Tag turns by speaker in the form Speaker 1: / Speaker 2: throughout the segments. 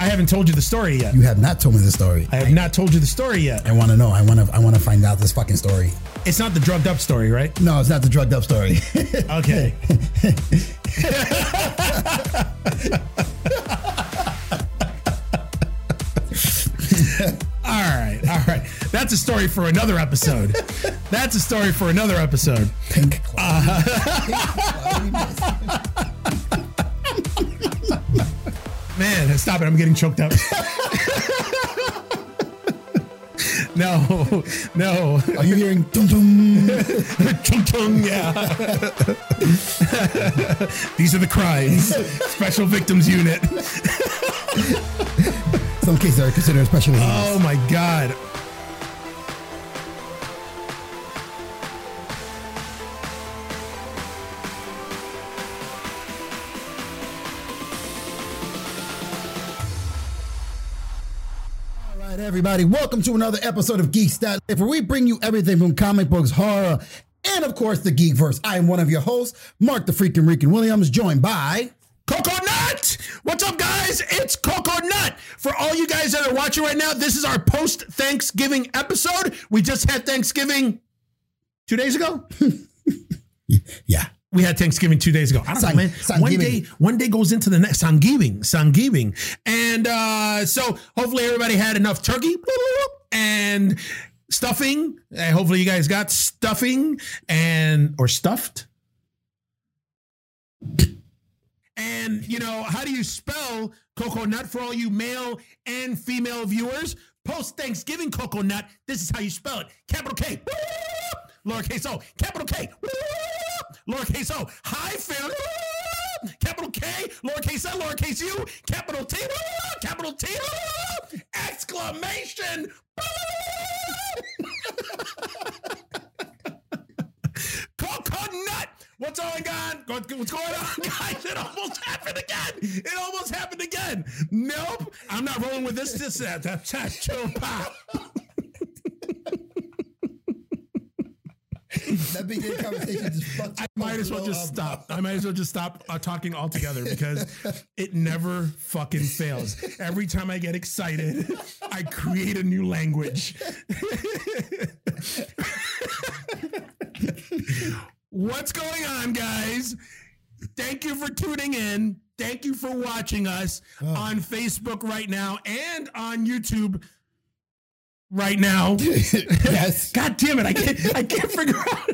Speaker 1: haven't told you the story yet.
Speaker 2: You have not told me the story.
Speaker 1: I have not told you the story yet.
Speaker 2: I want to know. I want to. I want to find out this fucking story.
Speaker 1: It's not the drugged up story, right?
Speaker 2: No, it's not the drugged up story.
Speaker 1: Okay. all right, all right. That's a story for another episode. That's a story for another episode.
Speaker 2: Pink cloud.
Speaker 1: Man, stop it. I'm getting choked up. no, no.
Speaker 2: Are you hearing? Dum, dum?
Speaker 1: Chung chung, yeah. These are the crimes. Special Victims Unit.
Speaker 2: Some cases are considered special. Oh.
Speaker 1: Oh my god.
Speaker 2: All right, everybody. Welcome to another episode of Geek Stat, where we bring you everything from comic books, horror, and of course the geekverse. I am one of your hosts, Mark the Freakin' Rican Williams, joined by.
Speaker 1: Coconut! What's up, guys? It's Coconut! For all you guys that are watching right now, this is our post Thanksgiving episode. We just had Thanksgiving two days ago.
Speaker 2: Yeah.
Speaker 1: We had Thanksgiving two days ago. I don't
Speaker 2: Sang-
Speaker 1: know, man. One
Speaker 2: Sanggiving.
Speaker 1: day, one day goes into the next. Sangiving, Sangiving, and uh, so hopefully everybody had enough turkey and stuffing. And hopefully you guys got stuffing and or stuffed. And you know how do you spell coconut for all you male and female viewers? Post Thanksgiving coconut. This is how you spell it: capital K, lowercase o, capital K, lowercase o. Hi, fam. Capital K, lowercase l, lowercase u, capital T, capital T, exclamation. Coconut. What's going on? What- What's going on, guys? It almost happened again. It almost happened again. Nope. I'm not rolling with this. This that that that chill pop.
Speaker 2: That beginning conversation just fucked Um,
Speaker 1: I might as well just stop. I might as well just stop uh, talking altogether because it never fucking fails. Every time I get excited, I create a new language. What's going on, guys? Thank you for tuning in. Thank you for watching us on Facebook right now and on YouTube right now.
Speaker 2: yes.
Speaker 1: God damn it! I can't. I can't figure out.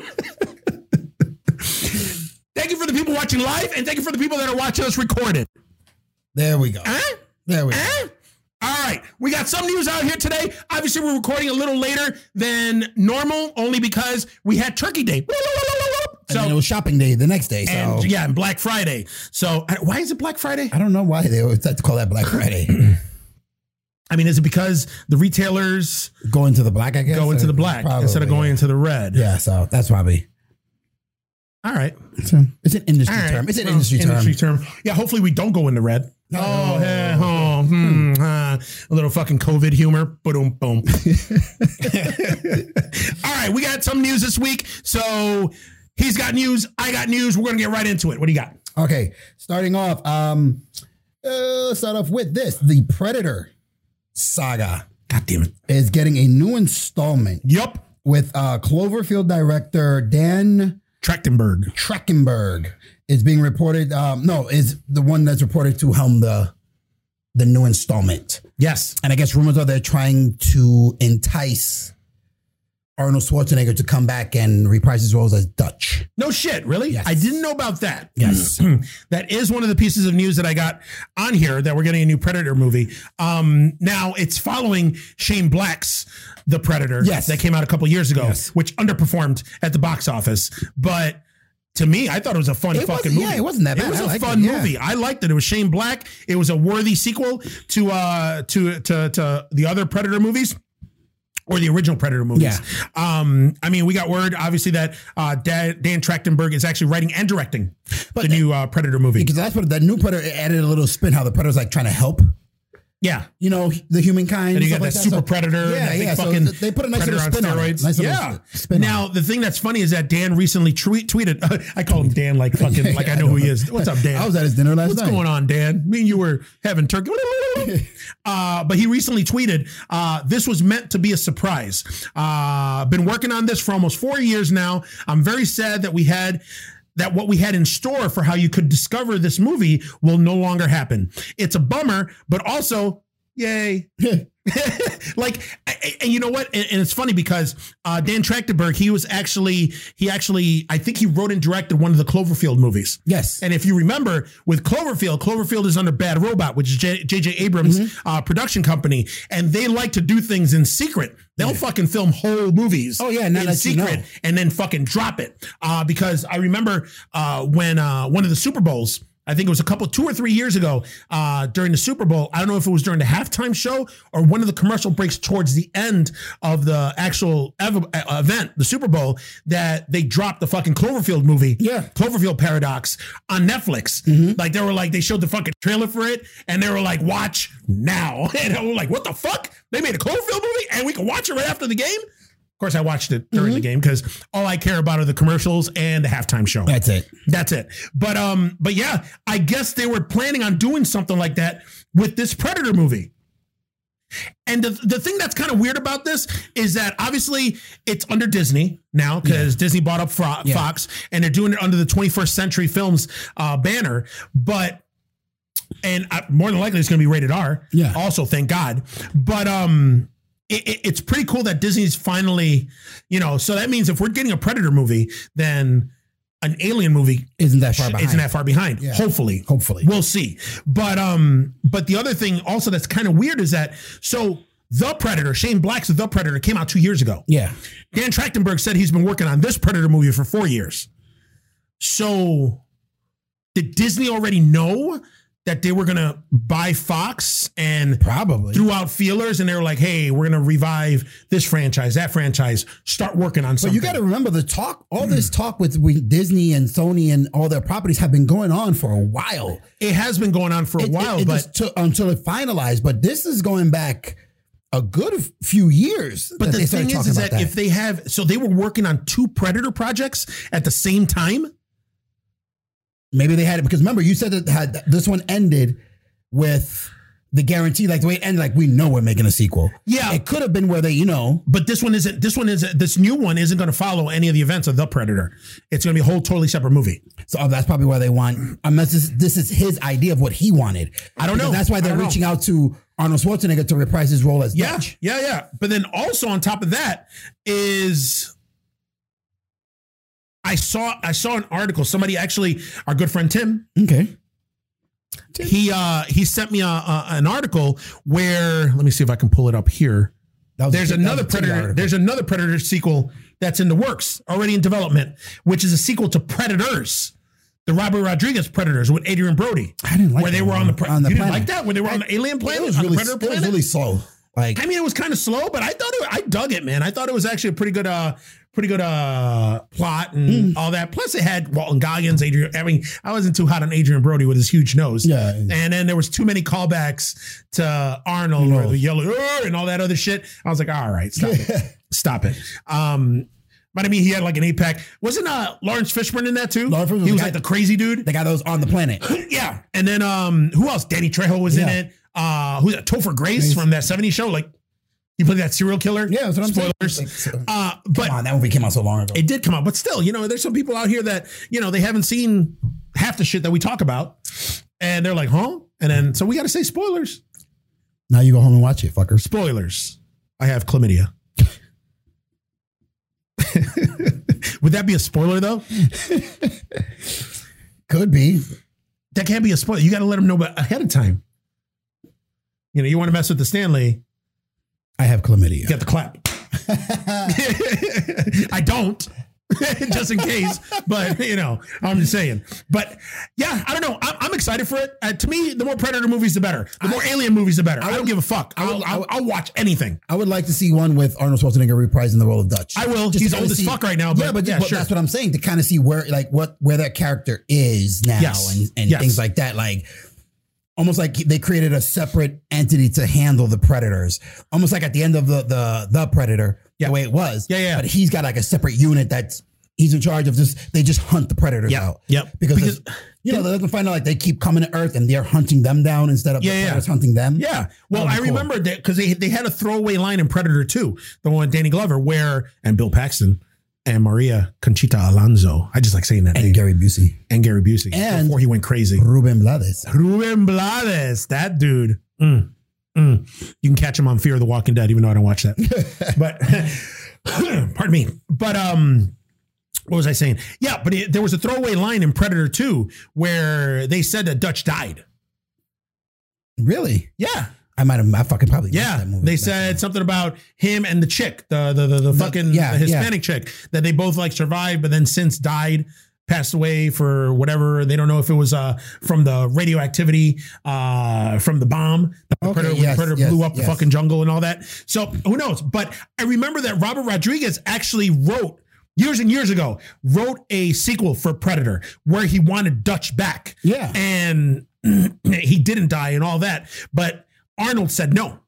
Speaker 1: thank you for the people watching live, and thank you for the people that are watching us recorded.
Speaker 2: There we go.
Speaker 1: Huh?
Speaker 2: There we go.
Speaker 1: Huh? All right, we got some news out here today. Obviously, we're recording a little later than normal, only because we had Turkey Day.
Speaker 2: And then it
Speaker 1: So
Speaker 2: was shopping day the next day. So
Speaker 1: and yeah, and Black Friday. So I- why is it Black Friday?
Speaker 2: I don't know why they always like to call that Black Friday.
Speaker 1: I mean, is it because the retailers
Speaker 2: go into the black, I guess.
Speaker 1: go into
Speaker 2: or-
Speaker 1: the black instead of
Speaker 2: probably,
Speaker 1: going into the red?
Speaker 2: Yeah, Yeah, so that's probably.
Speaker 1: All right.
Speaker 2: It's an industry
Speaker 1: All right.
Speaker 2: term. It's an
Speaker 1: Well,
Speaker 2: industry, term.
Speaker 1: Yeah, hopefully we don't go in the red.
Speaker 2: No.
Speaker 1: Oh, eh, oh, hmm, ah, a little fucking COVID humor. Boom, boom. All right, we got some news this week. So he's got news. I got news. We're gonna get right into it. What do you got?
Speaker 2: Okay, starting off. Um, uh, let's start off with this: the Predator saga
Speaker 1: God damn it.
Speaker 2: is getting a new installment
Speaker 1: Yup.
Speaker 2: with uh, Cloverfield director Dan
Speaker 1: Trachtenberg.
Speaker 2: Trachtenberg. Is being reported. Um, no, is the one that's reported to helm the the new installment.
Speaker 1: Yes.
Speaker 2: And I guess rumors are they're trying to entice Arnold Schwarzenegger to come back and reprise his roles as Dutch.
Speaker 1: No shit, really?
Speaker 2: Yes.
Speaker 1: I didn't know about that.
Speaker 2: Yes.
Speaker 1: that is one of the pieces of news that I got on here that we're getting a new Predator movie. Um, now it's following Shane Black's The Predator
Speaker 2: Yes.
Speaker 1: that came out a couple years ago,
Speaker 2: Yes.
Speaker 1: which underperformed at the box office. But to me, I thought it was a fun
Speaker 2: It
Speaker 1: fucking
Speaker 2: wasn't-
Speaker 1: movie.
Speaker 2: yeah, it wasn't that
Speaker 1: It
Speaker 2: bad.
Speaker 1: was
Speaker 2: I
Speaker 1: a
Speaker 2: liked
Speaker 1: fun
Speaker 2: it, yeah.
Speaker 1: movie. I liked it. It was Shane Black. It was a worthy sequel to uh to to to the other Predator movies or the original Predator movies.
Speaker 2: Yeah.
Speaker 1: Um, I mean, we got word obviously that uh, Da- Dan Trachtenberg is actually writing and directing the new uh, Predator movie.
Speaker 2: Because that's what that new Predator it added a little spin how the Predator's like trying to help
Speaker 1: Yeah.
Speaker 2: you know, the humankind.
Speaker 1: And you
Speaker 2: stuff
Speaker 1: got
Speaker 2: like
Speaker 1: that super
Speaker 2: So-
Speaker 1: predator.
Speaker 2: Yeah,
Speaker 1: that big
Speaker 2: yeah. So
Speaker 1: fucking
Speaker 2: th- they put a nice little
Speaker 1: predator
Speaker 2: spin on
Speaker 1: on
Speaker 2: it.
Speaker 1: steroids.
Speaker 2: Nice little
Speaker 1: yeah.
Speaker 2: spin on
Speaker 1: now the thing that's funny is that Dan recently tweet, tweeted. I call him Dan like fucking like I know who he is. What's up, Dan?
Speaker 2: I was at his dinner last
Speaker 1: What's
Speaker 2: night.
Speaker 1: going on, Dan? Me and you were having turkey. Uh, but he recently tweeted, uh, this was meant to be a surprise. Uh, been working on this for almost four years now. I'm very sad that we had that what we had in store for how you could discover this movie will no longer happen. It's a bummer, but also, yay. like I- I- and you know what and, and it's funny because uh, dan trachtenberg he was actually he actually i think he wrote and directed one of the cloverfield movies
Speaker 2: Yes.
Speaker 1: and if you remember with Cloverfield, Cloverfield is under Bad Robot, which is J- J.J. Abrams'
Speaker 2: Mm-hmm.
Speaker 1: uh, production company, and they like to do things in secret. They'll fucking film whole movies.
Speaker 2: Oh, yeah, now
Speaker 1: in
Speaker 2: that you know.
Speaker 1: and then fucking drop it. Uh, because I remember uh, when uh, one of the Super Bowls. I think it was a couple, two or three years ago uh, during the Super Bowl. I don't know if it was during the halftime show or one of the commercial breaks towards the end of the actual ev- uh, event, the Super Bowl, that they dropped the fucking Cloverfield movie.
Speaker 2: Yeah.
Speaker 1: Cloverfield Paradox on Netflix. Like they were like they showed the fucking trailer for it, and they were like, "Watch now!" And I was like, "What the fuck? They made a Cloverfield movie, and we can watch it right after the game." Of course, I watched it during the game because all I care about are the commercials and the halftime show.
Speaker 2: That's it.
Speaker 1: That's it. But um, but yeah, I guess they were planning on doing something like that with this Predator movie. And the, the thing that's kind of weird about this is that obviously it's under Disney now because Disney bought up Fro-
Speaker 2: Yeah.
Speaker 1: Fox and they're doing it under the 21st Century Films uh, banner. But and uh, more than likely it's going to be rated R.
Speaker 2: Yeah.
Speaker 1: Also, thank God. But um, it, it- it's pretty cool that Disney's finally, you know. So that means if we're getting a Predator movie, then an Alien movie
Speaker 2: Isn't that far behind?
Speaker 1: isn't that far behind.
Speaker 2: Yeah.
Speaker 1: Hopefully,
Speaker 2: Hopefully.
Speaker 1: We'll see. But um, but the other thing also that's kind of weird is that so the Predator, Shane Black's The Predator, came out two years ago.
Speaker 2: Yeah.
Speaker 1: Dan Trachtenberg said he's been working on this Predator movie for four years. So did Disney already know that they were gonna buy Fox and
Speaker 2: Probably.
Speaker 1: threw out feelers and they were like, hey, we're gonna revive this franchise, that franchise, start working on
Speaker 2: But
Speaker 1: something.
Speaker 2: you got to remember the talk, all this talk with, with Disney and Sony and all their properties have been going on for a while.
Speaker 1: it has been going on for a
Speaker 2: It- it-
Speaker 1: while,
Speaker 2: it
Speaker 1: but
Speaker 2: just took until it finalized. But this is going back a good f- few years.
Speaker 1: But
Speaker 2: that
Speaker 1: the
Speaker 2: they started
Speaker 1: thing is,
Speaker 2: talking
Speaker 1: is
Speaker 2: about
Speaker 1: that, if they have, so they were working on two Predator projects at the same time.
Speaker 2: maybe they had it because remember you said that had this one ended with the guarantee, like the way it ended, like we know we're making a sequel.
Speaker 1: Yeah.
Speaker 2: it could have been where they, you know,
Speaker 1: But this one isn't. This one isn't. This new one isn't going to follow any of the events of the Predator. It's going to be a whole totally separate movie.
Speaker 2: So oh, that's probably why they want. Unless this, this is his idea of what he wanted.
Speaker 1: I don't
Speaker 2: Because
Speaker 1: know.
Speaker 2: That's why
Speaker 1: I
Speaker 2: they're
Speaker 1: don't know.
Speaker 2: reaching out to Arnold Schwarzenegger to reprise his role as
Speaker 1: Yeah,
Speaker 2: Dutch.
Speaker 1: yeah, yeah. But then also on top of that is. I saw I saw an article. Somebody actually, our good friend Tim,
Speaker 2: Okay.
Speaker 1: he uh he sent me a, a an article where let me see if I can pull it up here.
Speaker 2: That was
Speaker 1: there's
Speaker 2: that was
Speaker 1: another
Speaker 2: a TV
Speaker 1: predator
Speaker 2: article.
Speaker 1: there's another predator sequel that's in the works already in development which is a sequel to predators the robert rodriguez predators with adrian brody
Speaker 2: I didn't like
Speaker 1: where they
Speaker 2: that
Speaker 1: were
Speaker 2: one.
Speaker 1: on the, pre-
Speaker 2: On the
Speaker 1: you
Speaker 2: planet.
Speaker 1: didn't like that where they were on the alien planet
Speaker 2: It was
Speaker 1: on
Speaker 2: really,
Speaker 1: the predator
Speaker 2: it was
Speaker 1: planet
Speaker 2: really slow. Like
Speaker 1: i mean it was kind of slow but i thought it, i dug it man i thought it was actually a pretty good uh pretty good uh plot and
Speaker 2: Mm.
Speaker 1: all that plus it had walton goggins adrian i mean i wasn't too hot on adrian brody with his huge nose
Speaker 2: Yeah.
Speaker 1: and then there was too many callbacks to arnold or
Speaker 2: No.
Speaker 1: the yellow "Arr!" and all that other shit i was like all right stop it Stop it. Um, but I mean, he had like an eight pack. Wasn't uh, Lawrence Fishburne in that too?
Speaker 2: Lawrence Fishburne was
Speaker 1: he was
Speaker 2: the
Speaker 1: like
Speaker 2: guy-
Speaker 1: the crazy dude.
Speaker 2: the guy that was on the planet.
Speaker 1: yeah. And then um, who else? Danny Trejo was
Speaker 2: Yeah.
Speaker 1: in it. Uh, who's that? Topher Grace
Speaker 2: Grace.
Speaker 1: from that '70s show. Like he played that serial killer.
Speaker 2: Yeah, that's what I'm saying.
Speaker 1: Spoilers.
Speaker 2: Like, so-
Speaker 1: Uh, but
Speaker 2: Come on, that movie came out so long ago.
Speaker 1: it did come out. But still, you know, there's some people out here that you know they haven't seen half the shit that we talk about, and they're like, huh? And then so we got to say spoilers.
Speaker 2: now you go home and watch it, fuckers.
Speaker 1: Spoilers. I have chlamydia. Would that be a spoiler though?
Speaker 2: Could be.
Speaker 1: That can't be a spoiler. You got to let them know about ahead of time. You know, you want to mess with the Stanley,
Speaker 2: I have
Speaker 1: you
Speaker 2: chlamydia.
Speaker 1: got the clap. I don't, just in case. But you know, I'm just saying. But yeah, I don't know. I'm, I'm excited for it. Uh, to me, the more Predator movies, the better. The more Alien movies, the better. I, don't give a fuck. I'll, I'll, I'll watch anything.
Speaker 2: I would like to see one with Arnold Schwarzenegger reprising the role of Dutch.
Speaker 1: I will.
Speaker 2: Just to
Speaker 1: He's
Speaker 2: kinda
Speaker 1: old as
Speaker 2: see-
Speaker 1: fuck right now, but
Speaker 2: yeah, but,
Speaker 1: yeah,
Speaker 2: but
Speaker 1: sure.
Speaker 2: that's what I'm saying to kind of see where, like, what where that character is now
Speaker 1: Yes.
Speaker 2: and, and
Speaker 1: Yes.
Speaker 2: things like that. Like, almost like they created a separate entity to handle the predators. Almost like at the end of the the the predator,
Speaker 1: Yeah.
Speaker 2: the way it was.
Speaker 1: Yeah, yeah.
Speaker 2: But he's got like a separate unit that's he's in charge of just they just hunt the predators
Speaker 1: Yep,
Speaker 2: out.
Speaker 1: yep.
Speaker 2: Because,
Speaker 1: Because-
Speaker 2: it's- you know, they doesn't find out like they keep coming to Earth and they're hunting them down instead of
Speaker 1: Yeah,
Speaker 2: the
Speaker 1: yeah.
Speaker 2: predators hunting them.
Speaker 1: Yeah. Well,
Speaker 2: That'd be
Speaker 1: I
Speaker 2: cool.
Speaker 1: remember that because they they had a throwaway line in Predator 2, the one with Danny Glover, where and Bill Paxton and Maria Conchita Alonso. I just like saying that
Speaker 2: And
Speaker 1: name.
Speaker 2: Gary Busey.
Speaker 1: and Gary Busey
Speaker 2: And-
Speaker 1: before he went crazy.
Speaker 2: Ruben Blades.
Speaker 1: Ruben Blades, that dude. Mm. Mm. You can catch him on Fear of the Walking Dead, even though I don't watch that. but pardon me. But um, what was I saying? Yeah, but it, there was a throwaway line in Predator 2 where they said that Dutch died.
Speaker 2: Really?
Speaker 1: Yeah,
Speaker 2: I might have I fucking probably missed
Speaker 1: yeah.
Speaker 2: that movie.
Speaker 1: They said something about him and the chick, the the the, the fucking the
Speaker 2: yeah, yeah.
Speaker 1: Hispanic chick that they both like survived, but then since died, passed away for whatever they don't know if it was uh from the radioactivity, uh from the bomb, the
Speaker 2: Okay,
Speaker 1: predator, when
Speaker 2: yes,
Speaker 1: the predator
Speaker 2: yes,
Speaker 1: blew up the
Speaker 2: yes.
Speaker 1: fucking jungle and all that. So who knows? But I remember that Robert Rodriguez actually wrote. Years and years ago, wrote a sequel for Predator where he wanted Dutch back
Speaker 2: Yeah.
Speaker 1: and he didn't die and all that. But Arnold said no.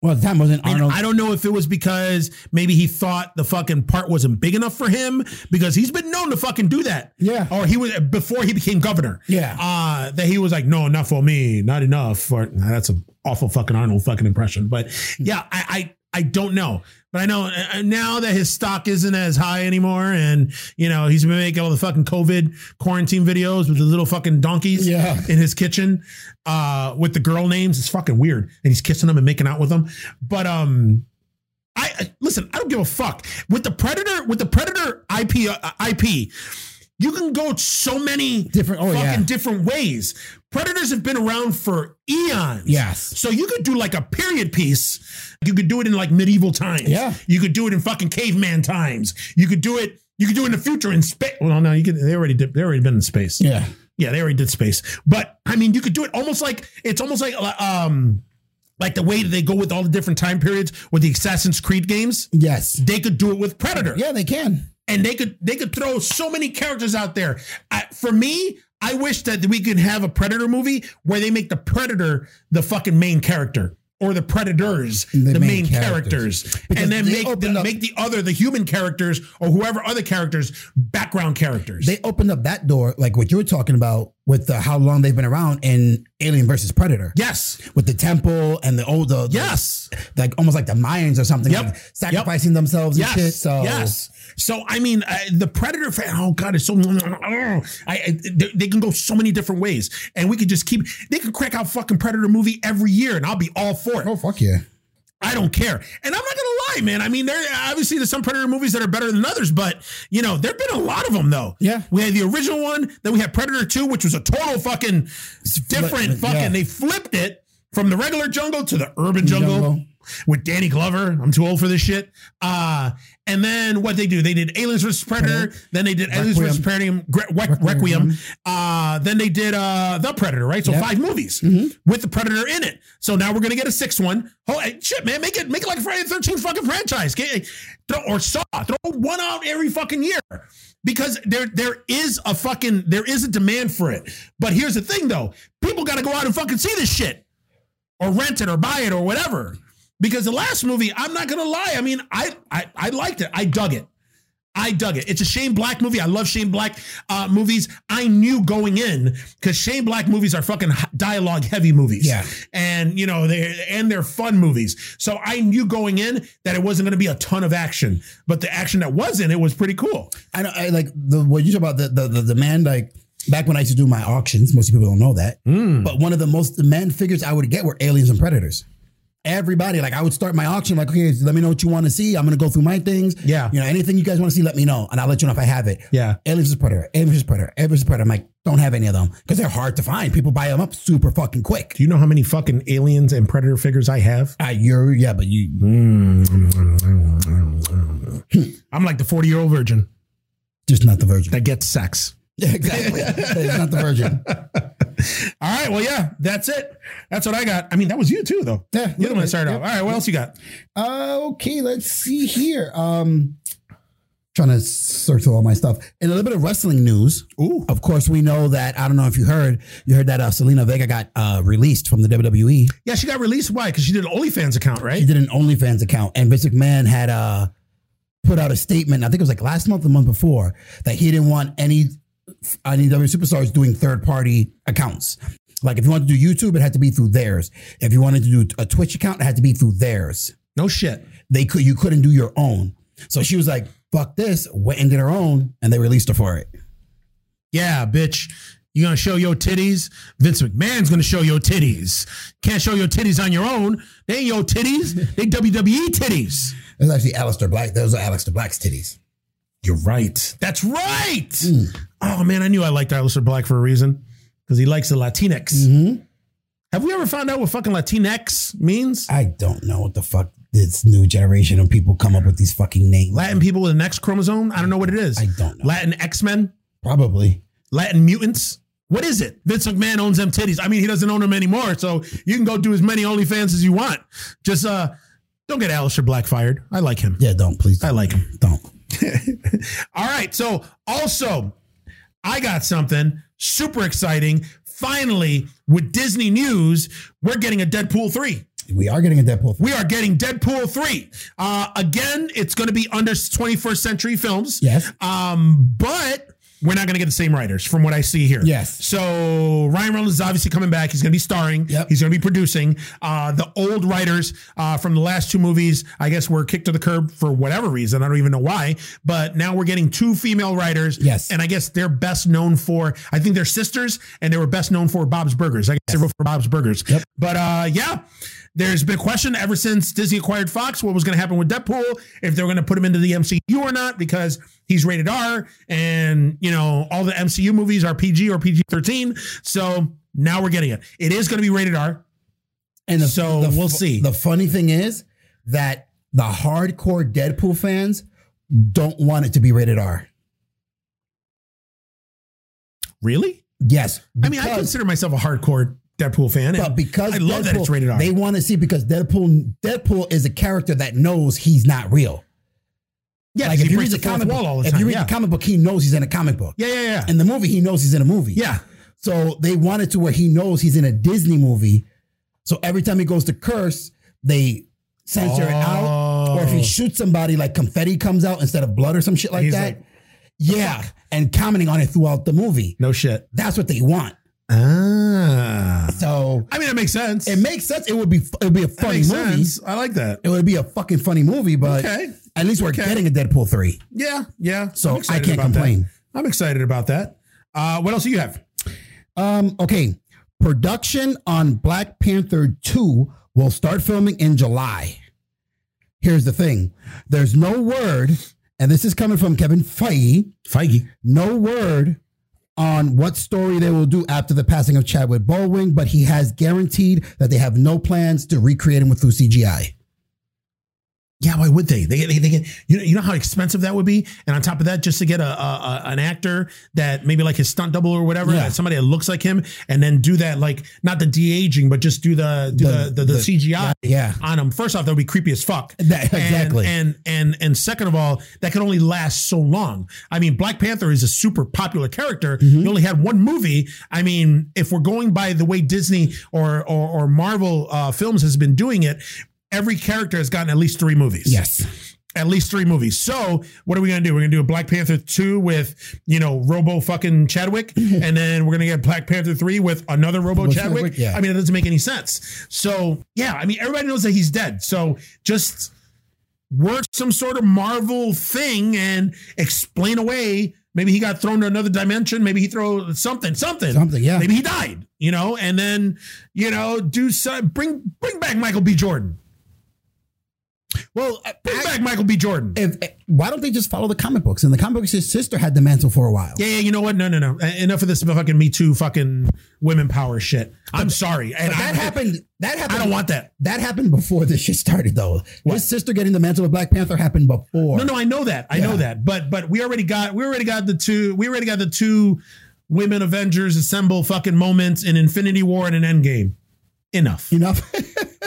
Speaker 2: Well, at the time wasn't
Speaker 1: And
Speaker 2: Arnold.
Speaker 1: I don't know if it was because maybe he thought the fucking part wasn't big enough for him because he's been known to fucking do that.
Speaker 2: Yeah.
Speaker 1: Or he was before he became governor.
Speaker 2: Yeah.
Speaker 1: Uh, that he was like, no, not for me, not enough. Or nah, that's an awful fucking Arnold fucking impression. But
Speaker 2: Hmm.
Speaker 1: yeah, I, I I don't know. But I know uh, now that his stock isn't as high anymore, and you know he's been making all the fucking COVID quarantine videos with the little fucking donkeys
Speaker 2: Yeah.
Speaker 1: in his kitchen uh, with the girl names. It's fucking weird, and he's kissing them and making out with them. But um, I I- listen. I don't give a fuck with the predator. With the predator IP uh, IP, you can go so many
Speaker 2: Different- oh,
Speaker 1: fucking
Speaker 2: yeah.
Speaker 1: different ways. Predators have been around for eons.
Speaker 2: Yes.
Speaker 1: So you could do like a period piece. You could do it in like medieval times.
Speaker 2: Yeah.
Speaker 1: You could do it in fucking caveman times. You could do it. You could do it in the future in space. Well, no, you could. They already did. They already been in space.
Speaker 2: Yeah.
Speaker 1: Yeah, they already did space. But I mean, you could do it almost like it's almost like um like the way that they go with all the different time periods with the Assassin's Creed games.
Speaker 2: Yes.
Speaker 1: They could do it with Predator,
Speaker 2: Yeah, they can.
Speaker 1: and they could they could throw so many characters out there. I, for me, I wish that we could have a Predator movie where they make the Predator the fucking main character. Or the predators, the, main,
Speaker 2: main
Speaker 1: characters,
Speaker 2: characters. Because
Speaker 1: and then
Speaker 2: they
Speaker 1: make
Speaker 2: opened
Speaker 1: the,
Speaker 2: up-
Speaker 1: make the other, the human characters, or whoever other characters, background characters.
Speaker 2: They opened up that door, like what you were talking about, with the, how long they've been around in Alien versus Predator.
Speaker 1: yes,
Speaker 2: With the temple and the old, the, the-
Speaker 1: yes.
Speaker 2: like almost like the Mayans or something,
Speaker 1: Yep.
Speaker 2: like sacrificing themselves and shit. So
Speaker 1: yes. So I mean, uh, the Predator fan. Oh God, it's so. I, I they, they can go so many different ways, and we could just keep. They can crack out fucking Predator movie every year, and I'll be all for it.
Speaker 2: oh fuck yeah,
Speaker 1: I don't care, and I'm not gonna lie, man. I mean, there obviously there's some Predator movies that are better than others, but you know there've been a lot of them though.
Speaker 2: Yeah.
Speaker 1: we had the original one, then we had Predator Two, which was a total fucking different
Speaker 2: yeah.
Speaker 1: fucking. They flipped it from the regular jungle to the urban jungle,
Speaker 2: Jungle.
Speaker 1: with Danny Glover. I'm too old for this shit. Uh, and then what they do? They did Aliens vs Predator. Then they did Aliens
Speaker 2: Requiem.
Speaker 1: vs Predator Gre- Re- Requiem. Uh, then they did uh, the Predator. Right. So
Speaker 2: Yep.
Speaker 1: five movies with the Predator in it. So now we're gonna get a sixth one. Oh eh, shit, man! Make it make it like a Friday the Thirteenth fucking franchise. Get, throw, or Saw. Throw one out every fucking year because there there is a fucking there is a demand for it. But here's the thing though, people got to go out and fucking see this shit or rent it or buy it or whatever. Because the last movie, I'm not gonna lie. I mean, I I, I liked it. I dug it. I dug it. It's a Shane Black movie. I love Shane Black uh, movies. I knew going in because Shane Black movies are fucking dialogue heavy movies.
Speaker 2: Yeah.
Speaker 1: and you know they and they're fun movies. So I knew going in that it wasn't going to be a ton of action, but the action that was in it was pretty cool.
Speaker 2: I know. I like the what you talk about the the, the demand like. Back when I used to do my auctions, most people don't know that. But one of the most demand figures I would get were aliens and predators. Everybody, like I would start my auction, like, okay, let me know what you want to see. I'm gonna go through my things.
Speaker 1: Yeah.
Speaker 2: You know, anything you guys want to see, let me know. And I'll let you know if I have it.
Speaker 1: Yeah.
Speaker 2: Aliens is predator, aliens is predator, aliens is predator. I'm like, don't have any of them. Because they're hard to find. People buy them up super fucking quick.
Speaker 1: Do you know how many fucking aliens and predator figures I have?
Speaker 2: Uh, you're yeah, but you
Speaker 1: Hmm. I'm like the 40 year old virgin
Speaker 2: just not the virgin.
Speaker 1: that gets sex.
Speaker 2: exactly. it's not the virgin.
Speaker 1: All right. Well, yeah, that's it. That's what I got. I mean, that was you too, though.
Speaker 2: Yeah,
Speaker 1: You're the one that started
Speaker 2: yeah.
Speaker 1: off. All right. What else you got?
Speaker 2: Uh, okay, let's see here. Um, trying to search through all my stuff. And a little bit of wrestling news.
Speaker 1: Ooh.
Speaker 2: Of course, we know that. I don't know if you heard. You heard that uh, Selena Vega got uh, released from the WWE.
Speaker 1: Yeah, she got released. Why? Because she did an OnlyFans account,
Speaker 2: She
Speaker 1: right?
Speaker 2: did an OnlyFans account, and Vince McMahon had uh, put out a statement. I think it was like last month, the month before, that he didn't want any any WWE superstars doing third party accounts. Like if you wanted to do YouTube, it had to be through theirs. If you wanted to do a Twitch account, it had to be through theirs.
Speaker 1: No shit.
Speaker 2: They could you couldn't do your own. So she was like, "Fuck this!" Went and did her own, and they released her for it.
Speaker 1: Yeah, bitch. You gonna show your titties? Vince McMahon's gonna show your titties. Can't show your titties on your own. They ain't your titties. They WWE titties.
Speaker 2: It was actually Alistair Black. Those are Alistair Black's titties.
Speaker 1: You're right. That's right.
Speaker 2: Mm.
Speaker 1: Oh man, I knew I liked Alistair Black for a reason because he likes the Latinx.
Speaker 2: Mm-hmm.
Speaker 1: Have we ever found out what fucking Latinx means?
Speaker 2: I don't know what the fuck this new generation of people come up with these fucking names.
Speaker 1: Latin people with an X chromosome? I don't know what it is.
Speaker 2: I don't know.
Speaker 1: Latin X Men?
Speaker 2: Probably.
Speaker 1: Latin mutants? What is it? Vince McMahon owns them titties. I mean, he doesn't own them anymore, so you can go do as many OnlyFans as you want. Just uh, don't get Alistair Black fired. I like him.
Speaker 2: Yeah, don't please.
Speaker 1: I
Speaker 2: Don't.
Speaker 1: like him.
Speaker 2: don't.
Speaker 1: All right. So also, I got something super exciting. Finally, with Disney News, we're getting a Deadpool 3.
Speaker 2: We are getting a Deadpool.
Speaker 1: We are getting Deadpool 3. Uh, again, it's going to be under 21st Century Films.
Speaker 2: yes.
Speaker 1: Um, but we're not going to get the same writers from what I see here.
Speaker 2: Yes.
Speaker 1: So Ryan Reynolds is obviously coming back. He's going to be starring.
Speaker 2: Yep.
Speaker 1: He's going to be producing. Uh, the old writers uh, from the last two movies, I guess, were kicked to the curb for whatever reason. I don't even know why. But now we're getting two female writers.
Speaker 2: Yes.
Speaker 1: And I guess they're best known for, I think they're sisters and they were best known for Bob's Burgers. I guess they wrote for Bob's Burgers.
Speaker 2: Yep.
Speaker 1: But uh, yeah, there's been a question ever since Disney acquired Fox what was going to happen with Deadpool, if they were going to put him into the MCU or not, because he's rated R and, you know, all the MCU movies are PG or PG 13. So now we're getting it. It is going to be rated R.
Speaker 2: And
Speaker 1: so we'll
Speaker 2: fu-
Speaker 1: see.
Speaker 2: The funny thing is that the hardcore Deadpool fans don't want it to be rated R.
Speaker 1: Really?
Speaker 2: Yes.
Speaker 1: I mean, I
Speaker 2: because-
Speaker 1: consider myself a hardcore Deadpool fan.
Speaker 2: But
Speaker 1: And
Speaker 2: because
Speaker 1: I love that it's rated R.
Speaker 2: They want to see because Deadpool Deadpool is a character that knows he's not real.
Speaker 1: yeah,
Speaker 2: Like
Speaker 1: he
Speaker 2: if you read
Speaker 1: breaks
Speaker 2: the
Speaker 1: the fourth
Speaker 2: comic
Speaker 1: wall
Speaker 2: book,
Speaker 1: all the
Speaker 2: if
Speaker 1: time.
Speaker 2: you read
Speaker 1: yeah.
Speaker 2: the comic book, he knows he's in a comic book.
Speaker 1: yeah, yeah, yeah.
Speaker 2: In the movie, he knows he's in a movie.
Speaker 1: yeah.
Speaker 2: So they want it to where he knows he's in a Disney movie. So every time he goes to curse, they censor it out. Or if
Speaker 1: Oh.
Speaker 2: he shoots somebody, like confetti comes out instead of blood or some shit like
Speaker 1: He's
Speaker 2: that.
Speaker 1: like,
Speaker 2: yeah. And commenting on it throughout the movie.
Speaker 1: No shit.
Speaker 2: That's what they want.
Speaker 1: Ah.
Speaker 2: So
Speaker 1: I mean, that makes sense.
Speaker 2: it makes sense. It would be it would be a
Speaker 1: that
Speaker 2: funny
Speaker 1: makes
Speaker 2: movie.
Speaker 1: sense. I like that.
Speaker 2: It would be a fucking funny movie, but
Speaker 1: Okay.
Speaker 2: at least we're
Speaker 1: Okay.
Speaker 2: getting a Deadpool 3.
Speaker 1: Yeah, yeah.
Speaker 2: So
Speaker 1: I'm
Speaker 2: I
Speaker 1: excited
Speaker 2: can't
Speaker 1: about that.
Speaker 2: complain.
Speaker 1: I'm excited about that. Uh, what else do you have?
Speaker 2: Um, okay. Production on Black Panther 2 will start filming in July. Here's the thing there's no word, and this is coming from Kevin Feige,
Speaker 1: Feige.
Speaker 2: no word on what story they will do after the passing of Chadwick Boseman, but he has guaranteed that they have no plans to recreate him with through CGI.
Speaker 1: Yeah, why would they? They get, they, they get, you know, you know how expensive that would be, and on top of that, just to get a, a, a- an actor that maybe like his stunt double or whatever,
Speaker 2: Yeah.
Speaker 1: that somebody that looks like him, and then do that like not the de aging, but just do the do
Speaker 2: The-
Speaker 1: the the, the,
Speaker 2: the-
Speaker 1: CGI
Speaker 2: yeah.
Speaker 1: on him. First off, that would be creepy as fuck.
Speaker 2: That- exactly.
Speaker 1: And, and and and second of all, that can only last so long. I mean, Black Panther is a super popular character. You only had one movie. I mean, if we're going by the way Disney or or, or Marvel uh, films has been doing it. Every character has gotten at least three movies
Speaker 2: Yes.
Speaker 1: at least three movies. So what are we gonna do? We're gonna do a Black Panther two with you know Robo fucking Chadwick, and then we're gonna get Black Panther three with another Robo
Speaker 2: With
Speaker 1: Chadwick.
Speaker 2: Chadwick, yeah.
Speaker 1: I mean, it doesn't make any sense. So yeah, I mean, everybody knows that he's dead. So just work some sort of Marvel thing and explain away. Maybe he got thrown to another dimension. Maybe he throw something, something,
Speaker 2: Something, yeah.
Speaker 1: Maybe he died, you know. And then, you know, do some, bring bring back Michael B. Jordan.
Speaker 2: Well, I-
Speaker 1: Bring back Michael B. Jordan.
Speaker 2: if, eh, why don't they just follow the comic books? And the comic books, his sister had the mantle for a while.
Speaker 1: Yeah, yeah, you know what? No, no, no. E- Enough of this fucking Me Too fucking women power shit. I'm sorry. And
Speaker 2: But that
Speaker 1: I,
Speaker 2: happened. That happened.
Speaker 1: I don't want that.
Speaker 2: That happened before this shit started, though. His sister getting the mantle of Black Panther happened before.
Speaker 1: No, no, I know that. I
Speaker 2: Yeah.
Speaker 1: know that. But but we already got we already got the two we already got the two women Avengers assemble fucking moments in Infinity War and an Endgame. Enough.
Speaker 2: Enough.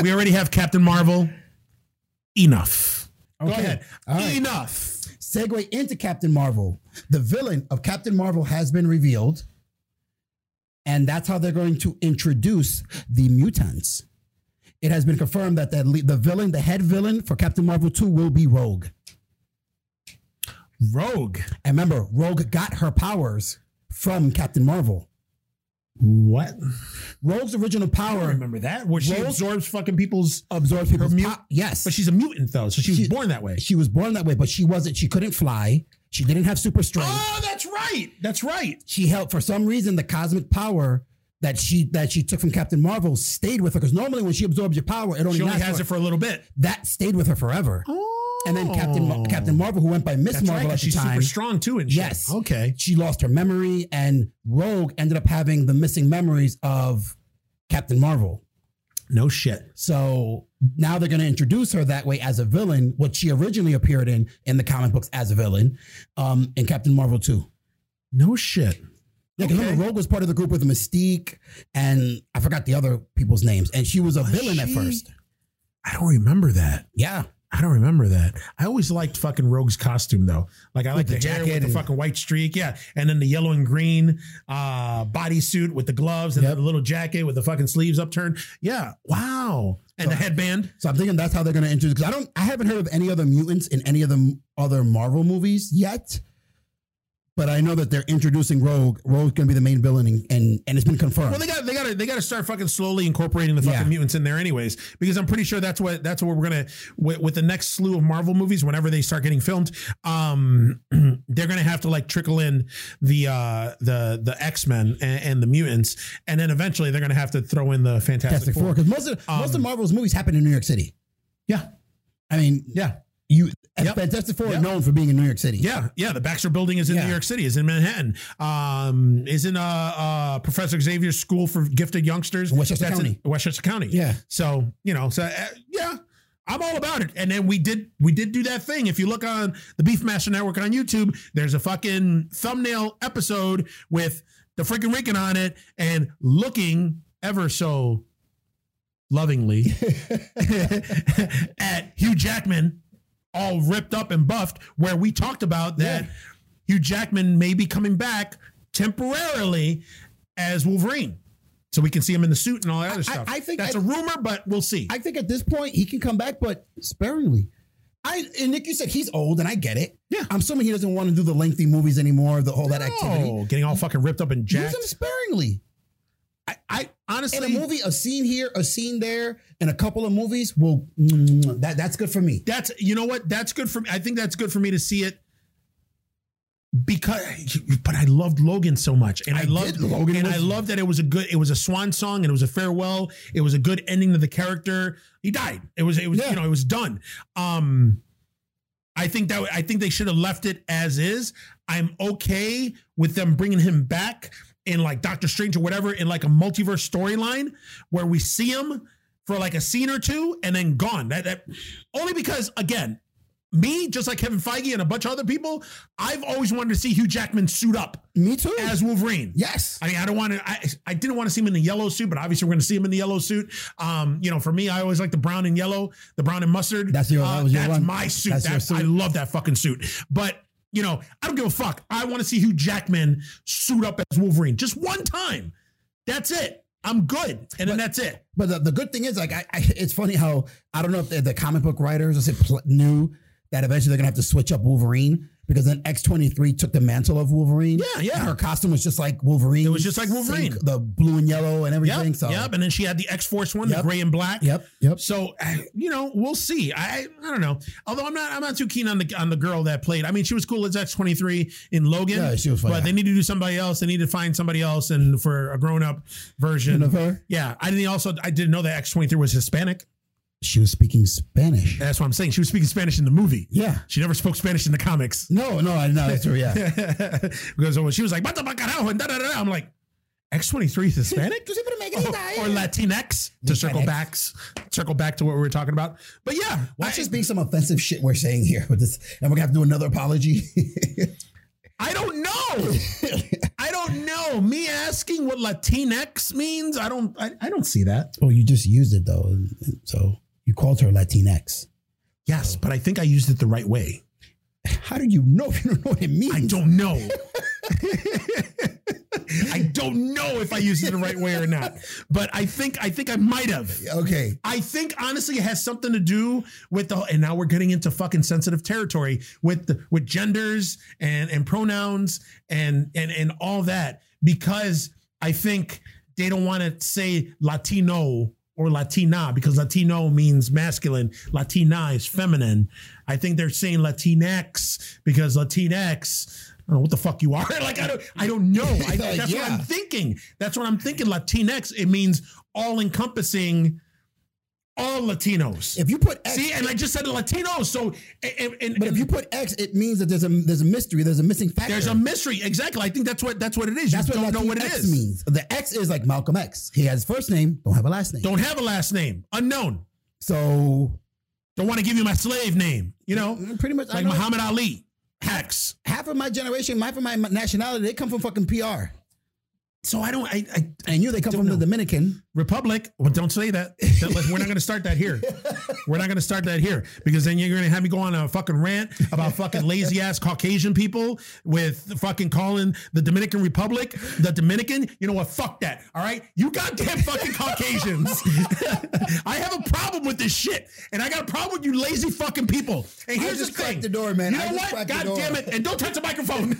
Speaker 1: we already have Captain Marvel. Enough. Go
Speaker 2: Okay.
Speaker 1: ahead.
Speaker 2: All right.
Speaker 1: Enough.
Speaker 2: segue into Captain Marvel. The villain of Captain Marvel has been revealed. And that's how they're going to introduce the mutants. It has been confirmed that the, le- the villain, the head villain for Captain Marvel 2 will be Rogue.
Speaker 1: Rogue.
Speaker 2: And remember, Rogue got her powers from Captain Marvel.
Speaker 1: What?
Speaker 2: Rogue's
Speaker 1: I
Speaker 2: original
Speaker 1: don't
Speaker 2: power
Speaker 1: remember that. Where she
Speaker 2: Rogue?
Speaker 1: absorbs fucking people's.
Speaker 2: absorbs people's
Speaker 1: mute-
Speaker 2: pow- yes.
Speaker 1: But she's a mutant though, so she was
Speaker 2: She-
Speaker 1: born that way.
Speaker 2: she was born that way, but she wasn't. She couldn't fly. She didn't have super strength.
Speaker 1: Oh, that's right. That's right.
Speaker 2: She held, for some reason, the cosmic power that she that she took from Captain Marvel stayed with her. Because normally, when she absorbs your power, it only,
Speaker 1: She only
Speaker 2: lasts
Speaker 1: has
Speaker 2: for-
Speaker 1: it for a little bit.
Speaker 2: that stayed with her forever. And then Captain Ma- Captain Marvel, who went by Miss
Speaker 1: Oh. That's right.
Speaker 2: Marvel
Speaker 1: 'cause
Speaker 2: at the
Speaker 1: She's
Speaker 2: time,
Speaker 1: super strong too. And shit.
Speaker 2: Yes.
Speaker 1: Okay.
Speaker 2: she lost her memory, and Rogue ended up having the missing memories of Captain Marvel.
Speaker 1: No shit.
Speaker 2: So now they're going to introduce her that way as a villain, what she originally appeared in in the comic books as a villain um, in Captain Marvel 2.
Speaker 1: No shit.
Speaker 2: Yeah, 'cause
Speaker 1: Okay.
Speaker 2: remember, Rogue was part of the group with Mystique, and I forgot the other people's names. And she was a
Speaker 1: Was
Speaker 2: villain at
Speaker 1: she?
Speaker 2: first.
Speaker 1: I don't remember that.
Speaker 2: Yeah.
Speaker 1: I don't remember that. I always liked fucking Rogue's costume though. Like I like the,
Speaker 2: the
Speaker 1: hair
Speaker 2: jacket
Speaker 1: with the
Speaker 2: and-
Speaker 1: fucking white streak, yeah, and then the yellow and green uh bodysuit with the gloves and
Speaker 2: Yep.
Speaker 1: the little jacket with the fucking sleeves upturned. Yeah, wow, and the
Speaker 2: So-
Speaker 1: headband.
Speaker 2: So I'm thinking that's how they're going to introduce. Because I don't, I haven't heard of any other mutants in any of the m- other Marvel movies yet. But I know that they're introducing Rogue. Rogue's going to be the main villain, and and, and it's been confirmed.
Speaker 1: Well, they got they got to they got to start fucking slowly incorporating the fucking
Speaker 2: Yeah.
Speaker 1: mutants in there, anyways, because I'm pretty sure that's what that's what we're gonna with, with the next slew of Marvel movies. Whenever they start getting filmed, um, they're gonna have to like trickle in the uh the the X Men and, and the mutants, and then eventually they're gonna have to throw in the Fantastic,
Speaker 2: Fantastic Four, because most of most of
Speaker 1: Um,
Speaker 2: Marvel's movies happen in New York City.
Speaker 1: Yeah,
Speaker 2: I mean,
Speaker 1: yeah.
Speaker 2: you
Speaker 1: Yep.
Speaker 2: Fantastic Four
Speaker 1: Yep.
Speaker 2: is known for being in New York City.
Speaker 1: Yeah, yeah. The Baxter Building is in
Speaker 2: Yeah.
Speaker 1: New York City. Is in Manhattan. Um, is in uh, uh, Professor Xavier's School for Gifted Youngsters,
Speaker 2: Westchester
Speaker 1: That's
Speaker 2: County.
Speaker 1: In Westchester County.
Speaker 2: Yeah.
Speaker 1: So you know, so uh, yeah, I'm all about it. And then we did we did do that thing. If you look on the Beefmaster Network on YouTube, there's a fucking thumbnail episode with the freaking Rican on it and looking ever so lovingly at Hugh Jackman, all ripped up and buffed, where we talked about that
Speaker 2: Yeah.
Speaker 1: Hugh Jackman may be coming back temporarily as Wolverine. So we can see him in the suit and all that other stuff.
Speaker 2: I think
Speaker 1: that's
Speaker 2: I-
Speaker 1: a rumor, but we'll see.
Speaker 2: I think at this point he can come back, but sparingly. I and Nick, you said he's old, and I get it.
Speaker 1: Yeah.
Speaker 2: I'm assuming he doesn't want to do the lengthy movies anymore, the all that activity.
Speaker 1: Oh, getting all fucking ripped up and
Speaker 2: Use
Speaker 1: jacked.
Speaker 2: him sparingly.
Speaker 1: I, I
Speaker 2: In
Speaker 1: honestly,
Speaker 2: a movie, a scene here, a scene there, and a couple of movies. Well, mm, that that's good for me.
Speaker 1: that's you know what? That's good for me. I think that's good for me to see it because. But I loved Logan so much, and I,
Speaker 2: I did.
Speaker 1: loved
Speaker 2: Logan
Speaker 1: and
Speaker 2: was-
Speaker 1: I loved that it was a good. It was a swan song, and it was a farewell. It was a good ending to the character. He died. It was. It was.
Speaker 2: Yeah.
Speaker 1: You know. It was done. Um, I think that I think they should have left it as is. I'm okay with them bringing him back in like Doctor Strange or whatever in like a multiverse storyline where we see him for like a scene or two and then gone. That, that only because again, me just like Kevin Feige and a bunch of other people, I've always wanted to see Hugh Jackman suit up
Speaker 2: Me too.
Speaker 1: as Wolverine.
Speaker 2: yes.
Speaker 1: I mean, I don't want to. I, I didn't want to see him in the yellow suit, but obviously we're going to see him in the yellow suit. Um, you know, for me, I always like the brown and yellow, the brown and mustard. Uh,
Speaker 2: That's your- that was your
Speaker 1: that's
Speaker 2: one.
Speaker 1: my suit.
Speaker 2: That's your
Speaker 1: That's- I
Speaker 2: suit.
Speaker 1: love that fucking suit. But you know, I don't give a fuck. I want to see Hugh Jackman suit up as Wolverine just one time. That's it. I'm good, and then that's it.
Speaker 2: But the, the good thing is, like, I, I, it's funny how I don't know if the, the comic book writers or it pl- knew that eventually they're gonna have to switch up Wolverine because then X twenty three took the mantle of Wolverine.
Speaker 1: Yeah, yeah.
Speaker 2: And her costume was just like Wolverine. It
Speaker 1: was just like Wolverine.
Speaker 2: the blue and yellow and
Speaker 1: Yep,
Speaker 2: everything. so
Speaker 1: yep. And then she had the X Force one, the
Speaker 2: Yep.
Speaker 1: gray and black.
Speaker 2: yep, yep.
Speaker 1: So I- you know, we'll see. I I don't know. Although I'm not I'm not too keen on the on the girl that played. I mean, she was cool as X23 in Logan.
Speaker 2: Yeah, she was fun,
Speaker 1: But
Speaker 2: yeah.
Speaker 1: they need to do somebody else. They need to find somebody else and for a grown up version.
Speaker 2: Of her,
Speaker 1: yeah, I didn't also I didn't know that X23 was Hispanic.
Speaker 2: she was speaking Spanish.
Speaker 1: That's what I'm saying. She was speaking Spanish in the movie.
Speaker 2: Yeah.
Speaker 1: She never spoke Spanish in the comics.
Speaker 2: No, no, I know that's true. Yeah.
Speaker 1: because when she was like, "Bata bacalao," and da, da, da, da, I'm like, X23 is Hispanic?
Speaker 2: Oh,
Speaker 1: or,
Speaker 2: eh.
Speaker 1: or Latinx to circle
Speaker 2: Latinx.
Speaker 1: backs, circle back to what we were talking about. But yeah,
Speaker 2: Watch
Speaker 1: I,
Speaker 2: this being some offensive shit we're saying here with this, and we're gonna have to do another apology.
Speaker 1: I don't know. I don't know. Me asking what Latinx means, I don't. I, I don't see that.
Speaker 2: well, you just used it though, so you called her Latinx.
Speaker 1: Yes, but I think I used it the right way.
Speaker 2: How do you know if you don't know what it means?
Speaker 1: I don't know. I don't know if I used it the right way or not, but I think I think I might have.
Speaker 2: Okay.
Speaker 1: I think honestly it has something to do with the and now we're getting into fucking sensitive territory with the, with genders and and pronouns and and and all that because I think they don't want to say Latino or Latina because Latino means masculine, Latina is feminine. I think they're saying Latinx because Latinx I don't know what the fuck you are. like I don't, I don't know. I,
Speaker 2: Like,
Speaker 1: that's what
Speaker 2: yeah.
Speaker 1: I'm thinking. That's what I'm thinking. Latinx. It means all encompassing, all Latinos.
Speaker 2: If you put X,
Speaker 1: See, and I just said Latinos. So, and, and,
Speaker 2: but if you put X, it means that there's a there's a mystery, there's a missing factor.
Speaker 1: there's a mystery. Exactly. I think that's what that's what it is.
Speaker 2: That's
Speaker 1: you
Speaker 2: what
Speaker 1: don't
Speaker 2: Latinx
Speaker 1: know what it is.
Speaker 2: means. The X is like Malcolm X. He has his first name, don't have a last name.
Speaker 1: Don't have a last name. Unknown.
Speaker 2: So
Speaker 1: Don't want to give you my slave name. You know,
Speaker 2: pretty much, Mm, I
Speaker 1: like
Speaker 2: know-
Speaker 1: Muhammad Ali. Hex.
Speaker 2: half of my generation, half of my nationality, they come from fucking PR.
Speaker 1: So I don't. I, I
Speaker 2: And you, they come
Speaker 1: Don't
Speaker 2: from the
Speaker 1: know.
Speaker 2: Dominican.
Speaker 1: Republic. Well, don't say that. That- like, we're not going to start that here. We're not going to start that here because then you're going to have me go on a fucking rant about fucking lazy ass Caucasian people with fucking calling the Dominican Republic the Dominican. You know what? Fuck that. All right, you goddamn fucking Caucasians. I have a problem with this shit, and I got a problem with you lazy fucking people. And
Speaker 2: I
Speaker 1: here's
Speaker 2: just
Speaker 1: the thing.
Speaker 2: cracked the door, man.
Speaker 1: You
Speaker 2: I
Speaker 1: know what?
Speaker 2: just cracked the
Speaker 1: God
Speaker 2: door.
Speaker 1: damn it! And don't touch the microphone.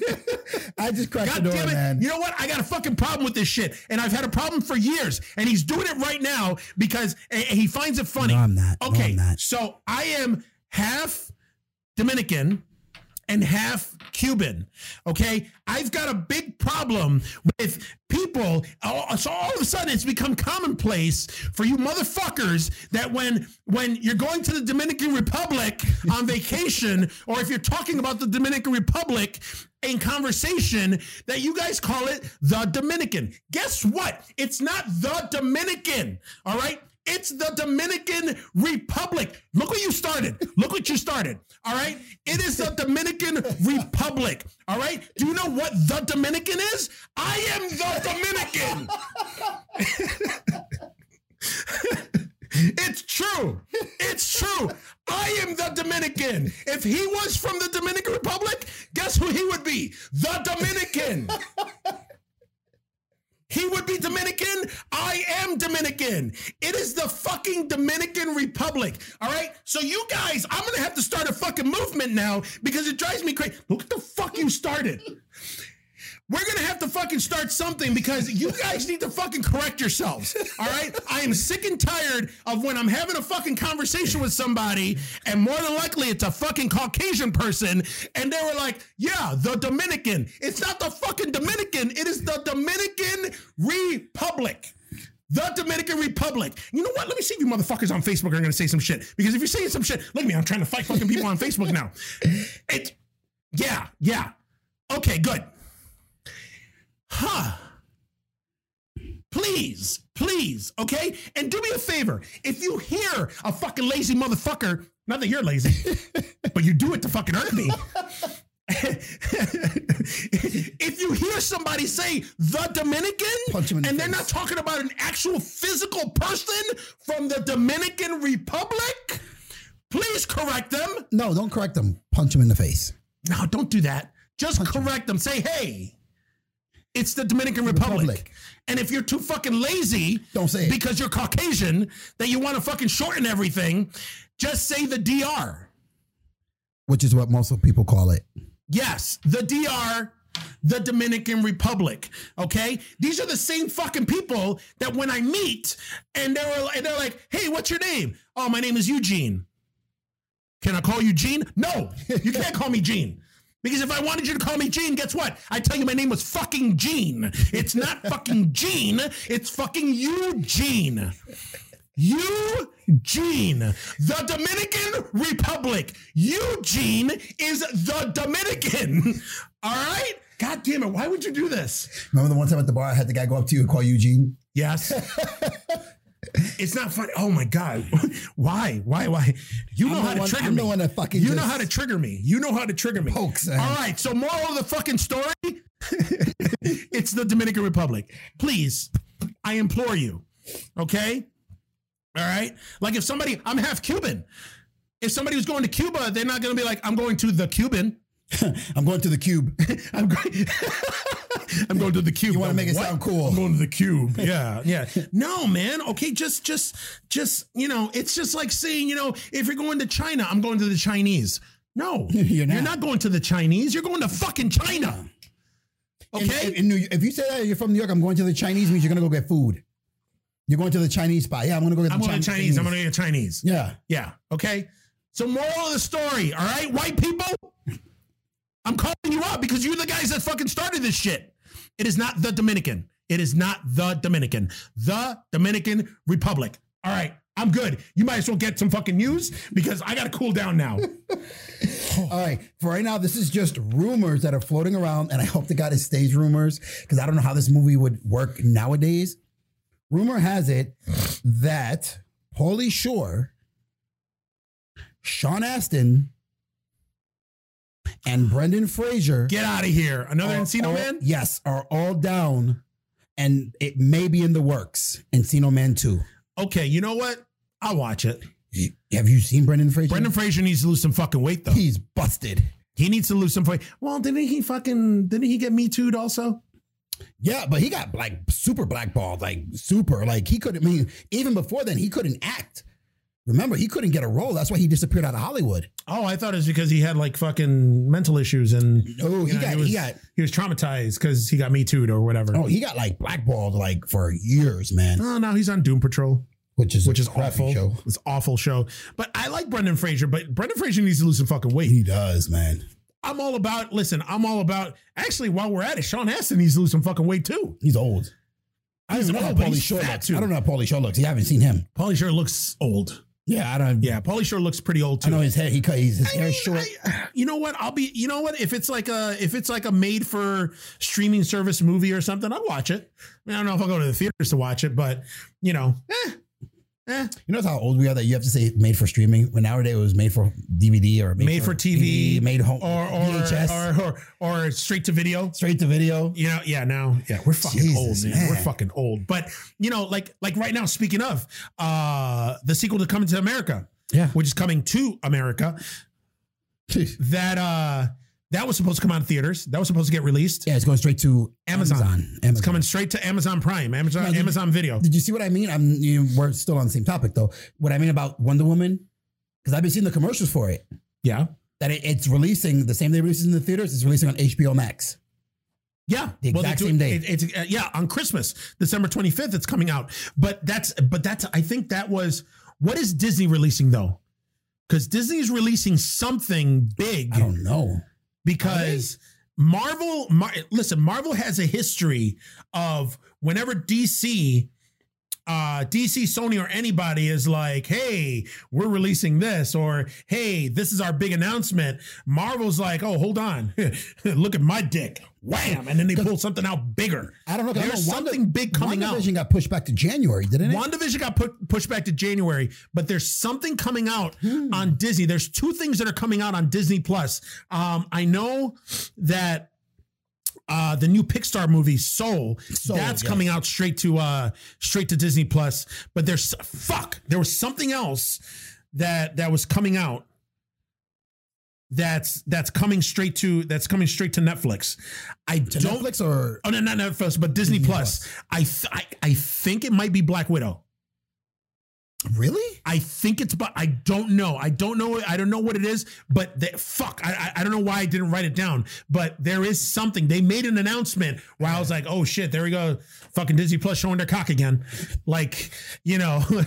Speaker 2: I just cracked
Speaker 1: God
Speaker 2: the door,
Speaker 1: damn it.
Speaker 2: man.
Speaker 1: You know what? I got a fucking problem with this shit. And I've had a problem for years. And he's doing it right now because and and he finds it funny.
Speaker 2: No, I'm not. No,
Speaker 1: Okay.
Speaker 2: I'm not.
Speaker 1: So I am half Dominican and half Cuban. Okay. I've got a big problem with people. all- So all of a sudden it's become commonplace for you motherfuckers that when when you're going to the Dominican Republic on vacation, or if you're talking about the Dominican Republic in conversation, that you guys call it the Dominican. Guess what? It's not the Dominican. All right. It's the Dominican Republic. Look what you started. Look what you started. All right. It is the Dominican Republic. All right. Do you know what the Dominican is? I am the Dominican. It's true. It's true. I am the Dominican. If he was from the Dominican Republic, guess who he would be? The Dominican. He would be Dominican. I am Dominican. It is the fucking Dominican Republic. All right. So you guys, I'm gonna have to start a fucking movement now because it drives me crazy. Look at the fuck you started. We're gonna have to fucking start something because you guys need to fucking correct yourselves. All right. I am sick and tired of when I'm having a fucking conversation with somebody, and more than likely it's a fucking Caucasian person, and they were like, yeah, the Dominican. It's not the fucking Dominican, it is the Dominican Republic. The Dominican Republic. You know what? Let me see if you motherfuckers on Facebook are gonna say some shit. Because if you're saying some shit, look at me, I'm trying to fight fucking people on Facebook now. It yeah, yeah. Okay, good. Huh. Please, please, okay? And do me a favor. If you hear a fucking lazy motherfucker, not that you're lazy, but you do it to fucking hurt me. if you hear somebody say the Dominican
Speaker 2: Punch him in the
Speaker 1: and they're
Speaker 2: face.
Speaker 1: not talking about an actual physical person from the Dominican Republic, please correct them.
Speaker 2: No, don't correct them. Punch them in the face.
Speaker 1: No, don't do that. Just correct them. Say, hey, it's the Dominican Republic.
Speaker 2: Republic.
Speaker 1: And if you're too fucking lazy,
Speaker 2: Don't say it.
Speaker 1: because you're Caucasian that you want to fucking shorten everything, just say the DR.
Speaker 2: Which is what most people call it.
Speaker 1: Yes, the DR, the Dominican Republic. Okay, these are the same fucking people that when I meet and they were and they're like, "Hey, what's your name?" Oh, my name is Eugene. Can I call you Gene? No, you can't call me Gene. Because if I wanted you to call me Gene, guess what? I tell you my name was fucking Gene. It's not fucking Gene. It's fucking Eugene. Eugene, the Dominican Republic. Eugene is the Dominican. All right? God damn it. Why would you do this?
Speaker 2: Remember the one time at the bar, I had the guy go up to you and call Eugene?
Speaker 1: Yes. It's not funny. Oh my God. Why? Why? Why? You
Speaker 2: I'm
Speaker 1: know
Speaker 2: the
Speaker 1: how to
Speaker 2: one-
Speaker 1: trigger
Speaker 2: I'm
Speaker 1: me.
Speaker 2: the one that fucking
Speaker 1: you know
Speaker 2: just-
Speaker 1: how to trigger me. You know how to trigger me.
Speaker 2: Pokes, man.
Speaker 1: All right. So moral of the fucking story, it's the Dominican Republic. Please, I implore you. Okay. All right. Like if somebody, I'm half Cuban. If somebody was going to Cuba, they're not going to be like, I'm going to the Cuban.
Speaker 2: I'm going to the cube.
Speaker 1: I'm going. I'm going to the cube.
Speaker 2: You wanna
Speaker 1: I'm
Speaker 2: make it
Speaker 1: what?
Speaker 2: sound cool.
Speaker 1: I'm going to the cube. Yeah, yeah. No, man. Okay, just, just, just. You know, it's just like saying, you know, if you're going to China, I'm going to the Chinese. No,
Speaker 2: You're not.
Speaker 1: going to the Chinese. You're going to fucking China.
Speaker 2: In-
Speaker 1: Okay.
Speaker 2: In, in New, if you say that you're from New York, I'm going to the Chinese means you're gonna go get food. You're going to the Chinese spot. Yeah, I'm gonna go get.
Speaker 1: I'm
Speaker 2: the
Speaker 1: going to Chinese. I'm going to get Chinese.
Speaker 2: Yeah.
Speaker 1: Yeah. Okay. So moral of the story. All right, white people. I'm calling you out because you're the guys that fucking started this shit. It is not the Dominican. It is not the Dominican. The Dominican Republic. All right. I'm good. You might as well get some fucking news because I got to cool down now.
Speaker 2: All right. For right now, this is just rumors that are floating around, and I hope to God it stays rumors because I don't know how this movie would work nowadays. Rumor has it that Paulie Shore, Sean Astin, and Brendan Fraser
Speaker 1: Get out of here. Another
Speaker 2: are
Speaker 1: Encino
Speaker 2: all-
Speaker 1: Man?
Speaker 2: Yes, are all down, and it may be in the works. Encino Man Two.
Speaker 1: Okay. You know what? I'll watch it.
Speaker 2: Have you seen Brendan Fraser?
Speaker 1: Brendan Fraser needs to lose some fucking weight though.
Speaker 2: he's busted.
Speaker 1: He needs to lose some weight. Well, didn't he fucking didn't he get me too'd also?
Speaker 2: Yeah, but he got like super blackballed, like super. Like he couldn't. I mean, even before then, he couldn't act. Remember, he couldn't get a role. That's why he disappeared out of Hollywood.
Speaker 1: Oh, I thought it was because he had like fucking mental issues and
Speaker 2: No,
Speaker 1: you
Speaker 2: he
Speaker 1: know,
Speaker 2: got.
Speaker 1: he, was,
Speaker 2: he got.
Speaker 1: he was traumatized because he got me too'd or whatever.
Speaker 2: Oh, he got like blackballed like for years, man.
Speaker 1: Oh, now he's on Doom Patrol,
Speaker 2: Which is
Speaker 1: which
Speaker 2: a
Speaker 1: is
Speaker 2: crappy
Speaker 1: awful.
Speaker 2: Show.
Speaker 1: It's awful show. But I like Brendan Fraser, but Brendan Fraser needs to lose some fucking weight.
Speaker 2: He does, man.
Speaker 1: I'm all about listen, I'm all about actually while we're at it, Sean Astin needs to lose some fucking weight too.
Speaker 2: He's old. I
Speaker 1: He's
Speaker 2: don't know how
Speaker 1: old, but
Speaker 2: Paulie
Speaker 1: he's
Speaker 2: Shore
Speaker 1: fat,
Speaker 2: looks.
Speaker 1: too.
Speaker 2: I don't know how Paulie Shore looks. You haven't seen him.
Speaker 1: Paulie Shore looks old.
Speaker 2: Yeah, I don't.
Speaker 1: Yeah, Paulie Shore looks pretty old
Speaker 2: I
Speaker 1: too.
Speaker 2: know his hair. He cut. He's, his
Speaker 1: I
Speaker 2: hair's
Speaker 1: mean,
Speaker 2: short.
Speaker 1: I- you know what? I'll be. You know what? If it's like a if it's like a made for streaming service movie or something, I'll watch it. I, mean, I don't know if I'll go to the theaters to watch it, but you know, eh, eh,
Speaker 2: You know how old we are that you have to say made for streaming. When nowadays it was made for DVD or
Speaker 1: made, for, TV,
Speaker 2: made home
Speaker 1: or or,
Speaker 2: VHS,
Speaker 1: or or or straight to video.
Speaker 2: straight to video.
Speaker 1: You know, yeah, now, yeah, we're fucking
Speaker 2: Jesus,
Speaker 1: old, man.
Speaker 2: man.
Speaker 1: We're fucking old. But you know, like like right now, speaking of uh the sequel to Coming to America,
Speaker 2: Yeah.
Speaker 1: which is coming to America, that uh that was supposed to come out in theaters. That was supposed to get released.
Speaker 2: Yeah, it's going straight to
Speaker 1: Amazon.
Speaker 2: Amazon.
Speaker 1: It's coming straight to Amazon Prime, Amazon
Speaker 2: No, did-
Speaker 1: Amazon Video.
Speaker 2: Did you see what I mean? I'm. You, we're still on the same topic though. What I mean about Wonder Woman, because I've been seeing the commercials for it.
Speaker 1: Yeah,
Speaker 2: That it, it's releasing the same day it releases in the theaters. It's releasing on HBO Max.
Speaker 1: yeah,
Speaker 2: The
Speaker 1: they
Speaker 2: exact
Speaker 1: do-
Speaker 2: same day.
Speaker 1: it- it's uh, yeah on Christmas, December twenty fifth. It's coming out, but that's but that's I think that was what is Disney releasing though? Because Disney is releasing something big
Speaker 2: I don't know.
Speaker 1: because Marvel. Mar- listen, Marvel has a history of whenever DC. Uh, DC, Sony, or anybody is like, hey, we're releasing this, or hey, this is our big announcement. Marvel's like, oh, hold on, look at my dick, wham, and then they pull something out bigger.
Speaker 2: I don't know. 'cause I
Speaker 1: There's
Speaker 2: know Wanda-
Speaker 1: something big coming out.
Speaker 2: WandaVision got pushed back to January, didn't it?
Speaker 1: WandaVision got put, pushed back to January, but there's something coming out
Speaker 2: Hmm.
Speaker 1: on Disney. There's two things that are coming out on Disney Plus. Um, I know that uh, the new Pixar movie Soul,
Speaker 2: Soul,
Speaker 1: that's
Speaker 2: yeah.
Speaker 1: coming out straight to uh, straight to Disney Plus. But there's fuck, there was something else that that was coming out that's that's coming straight to that's coming straight to Netflix. I
Speaker 2: To
Speaker 1: don't
Speaker 2: Netflix or
Speaker 1: Oh no, not Netflix, but Disney,
Speaker 2: Disney
Speaker 1: Plus. I, th- I I think it might be Black Widow.
Speaker 2: really?
Speaker 1: I think it's, but I don't know. I don't know. I don't know what it is. But the, fuck, I, I I don't know why I didn't write it down. But there is something. They made an announcement where I was like, oh shit, there we go, fucking Disney Plus showing their cock again, like you know, where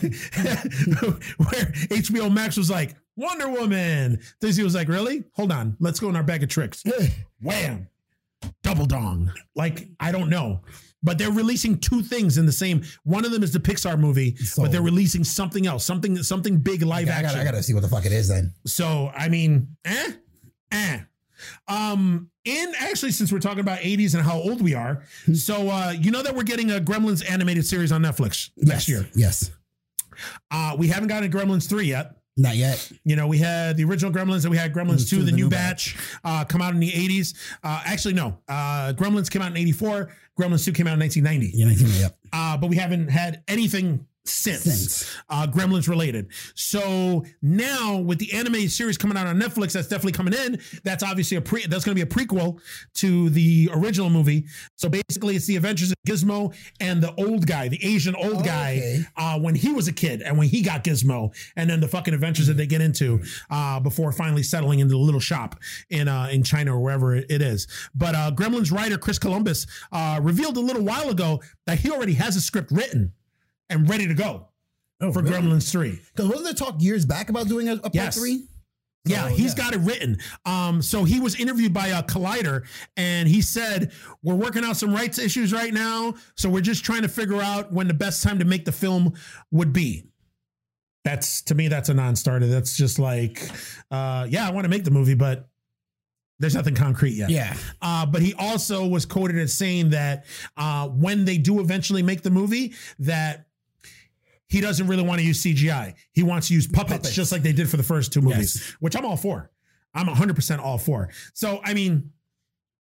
Speaker 1: HBO Max was like Wonder Woman. Disney was like, really? Hold on, let's go in our bag of tricks wham, double dong. Like I don't know, but they're releasing two things in the same. One of them is the Pixar movie,
Speaker 2: So-
Speaker 1: but they're releasing something else, something something big live
Speaker 2: I
Speaker 1: action.
Speaker 2: gotta, I gotta see what the fuck it is then.
Speaker 1: So I mean, eh, eh. Um, and actually, since we're talking about '80s and how old we are,
Speaker 2: Hmm.
Speaker 1: so uh, you know that we're getting a Gremlins animated series on Netflix next
Speaker 2: Yes.
Speaker 1: year.
Speaker 2: Yes.
Speaker 1: Uh, we haven't gotten Gremlins three yet.
Speaker 2: Not yet.
Speaker 1: You know, we had the original Gremlins and we had Gremlins 2, the, new, batch, uh, come out in the 80s. Uh, actually, no. Uh, Gremlins came out in 84. Gremlins 2 came out in 1990.
Speaker 2: Yeah, I think- yep.
Speaker 1: Uh, but we haven't had anything since,
Speaker 2: Since.
Speaker 1: Uh, Gremlins related. So now with the anime series coming out on Netflix, that's definitely coming in. That's obviously a pre. That's going to be a prequel to the original movie. So basically, it's the Adventures of Gizmo and the old guy, the Asian old
Speaker 2: Oh,
Speaker 1: guy,
Speaker 2: okay.
Speaker 1: uh, when he was a kid and when he got Gizmo, and then the fucking adventures that they get into uh, before finally settling into the little shop in uh, in China or wherever it is. But uh, Gremlins writer Chris Columbus uh, revealed a little while ago that he already has a script written and ready to go
Speaker 2: Oh,
Speaker 1: for Gremlins Three.
Speaker 2: Because wasn't there talk years back about doing a, a part
Speaker 1: Yes.
Speaker 2: three?
Speaker 1: Yeah,
Speaker 2: So,
Speaker 1: he's
Speaker 2: yeah.
Speaker 1: got it written. Um, so he was interviewed by uh, Collider, and he said, "We're working out some rights issues right now, so we're just trying to figure out when the best time to make the film would be." That's to me, that's a non-starter. That's just like, uh, yeah, I want to make the movie, but there's nothing concrete yet.
Speaker 2: Yeah.
Speaker 1: Uh, but he also was quoted as saying that uh, when they do eventually make the movie, that he doesn't really want to use CGI. He wants to use puppets,
Speaker 2: Puppets.
Speaker 1: just like they did for the first two movies,
Speaker 2: Yes.
Speaker 1: which I'm all for. I'm 100% all for. So, I mean,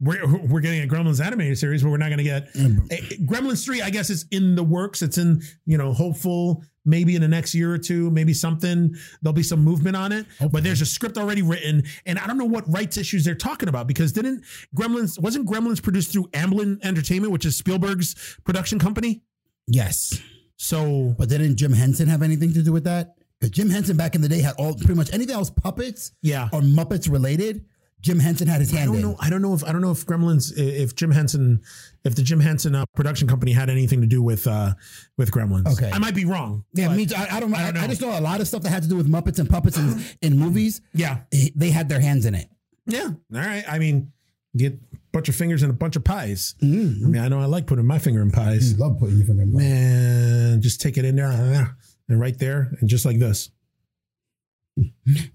Speaker 1: we're, we're getting a Gremlins animated series, but we're not going to get eh, Gremlins 3, I guess, is in the works. It's in, you know, hopeful maybe in the next year or two, maybe something. There'll be some movement on it. But there's a script already written. And I don't know what rights issues they're talking about because didn't Gremlins, wasn't Gremlins produced through Amblin Entertainment, which is Spielberg's production company?
Speaker 2: Yes.
Speaker 1: So,
Speaker 2: But didn't Jim Henson have anything to do with that? Because Jim Henson back in the day had all pretty much anything else puppets
Speaker 1: yeah.
Speaker 2: or Muppets related. Jim Henson had his
Speaker 1: I
Speaker 2: hand
Speaker 1: don't
Speaker 2: in.
Speaker 1: know. I don't know if I don't know if Gremlins, i- if Jim Henson, if the Jim Henson uh, production company had anything to do with uh, with Gremlins.
Speaker 2: Okay.
Speaker 1: I might be wrong.
Speaker 2: Yeah,
Speaker 1: but-
Speaker 2: me too. I, I don't. I,
Speaker 1: I don't
Speaker 2: I
Speaker 1: know.
Speaker 2: just know a lot of stuff that had to do with Muppets and puppets in, in movies.
Speaker 1: yeah,
Speaker 2: he- They had their hands in it.
Speaker 1: yeah. All right. I mean, get a bunch of fingers in a bunch of pies. I mean, I know I like putting my finger in pies.
Speaker 2: Love putting your finger in. Man.
Speaker 1: And just take it in there uh, and right there and just like this.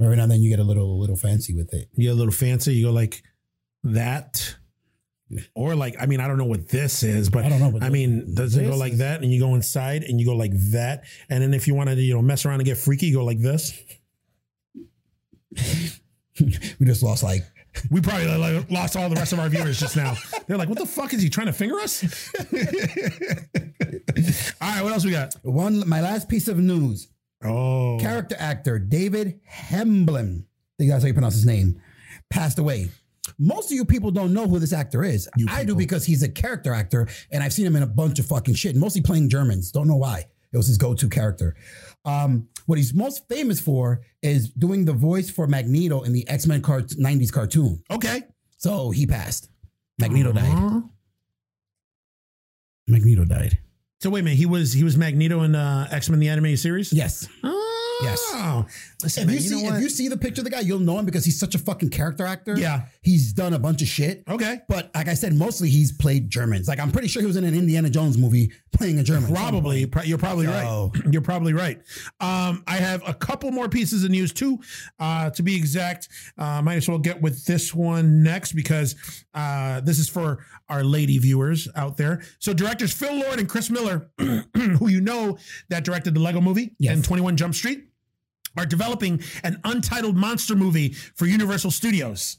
Speaker 2: Every now and then you get a little, a little fancy with it.
Speaker 1: You get a little fancy. You go like that, or like I mean, I don't know what this is, but
Speaker 2: I don't know. But
Speaker 1: I mean, does it go
Speaker 2: This
Speaker 1: like
Speaker 2: is-
Speaker 1: that? And you go inside and you go like that. And then if you want to, you know, mess around and get freaky, you go like this.
Speaker 2: we just lost like
Speaker 1: We probably like, lost all the rest of our viewers just now. They're like, what the fuck is he trying to finger us? all right, what else we got?
Speaker 2: one. My last piece of news:
Speaker 1: Oh,
Speaker 2: character actor David Hemblin. I think that's how you pronounce his name. Passed away. Most of you people don't know who this actor is. I do because he's a character actor, and I've seen him in a bunch of fucking shit, mostly playing Germans. Don't know why. It was his go-to character. Um, what he's most famous for is doing the voice for Magneto in the X-Men cart- 90s cartoon.
Speaker 1: okay.
Speaker 2: So he passed. Magneto died.
Speaker 1: Uh-huh.
Speaker 2: Magneto died.
Speaker 1: So wait a minute, he was he was Magneto in uh, X Men the animated series.
Speaker 2: Yes.
Speaker 1: Oh.
Speaker 2: Yes.
Speaker 1: Listen,
Speaker 2: If
Speaker 1: man,
Speaker 2: you,
Speaker 1: you know
Speaker 2: see,
Speaker 1: what?
Speaker 2: if you see the picture of the guy, you'll know him because he's such a fucking character actor.
Speaker 1: Yeah.
Speaker 2: He's done a bunch of shit.
Speaker 1: Okay.
Speaker 2: But like I said, mostly he's played Germans. Like I'm pretty sure he was in an Indiana Jones movie playing a German.
Speaker 1: Probably, pro- you're probably
Speaker 2: No.
Speaker 1: right. You're probably right. Um, I have a couple more pieces of news too, uh, to be exact. Uh, might as well get with this one next because uh, this is for our lady viewers out there. So directors Phil Lord and Chris Miller, who you know that directed the Lego Movie
Speaker 2: Yes.
Speaker 1: and 21 Jump Street, are developing an untitled monster movie for Universal Studios.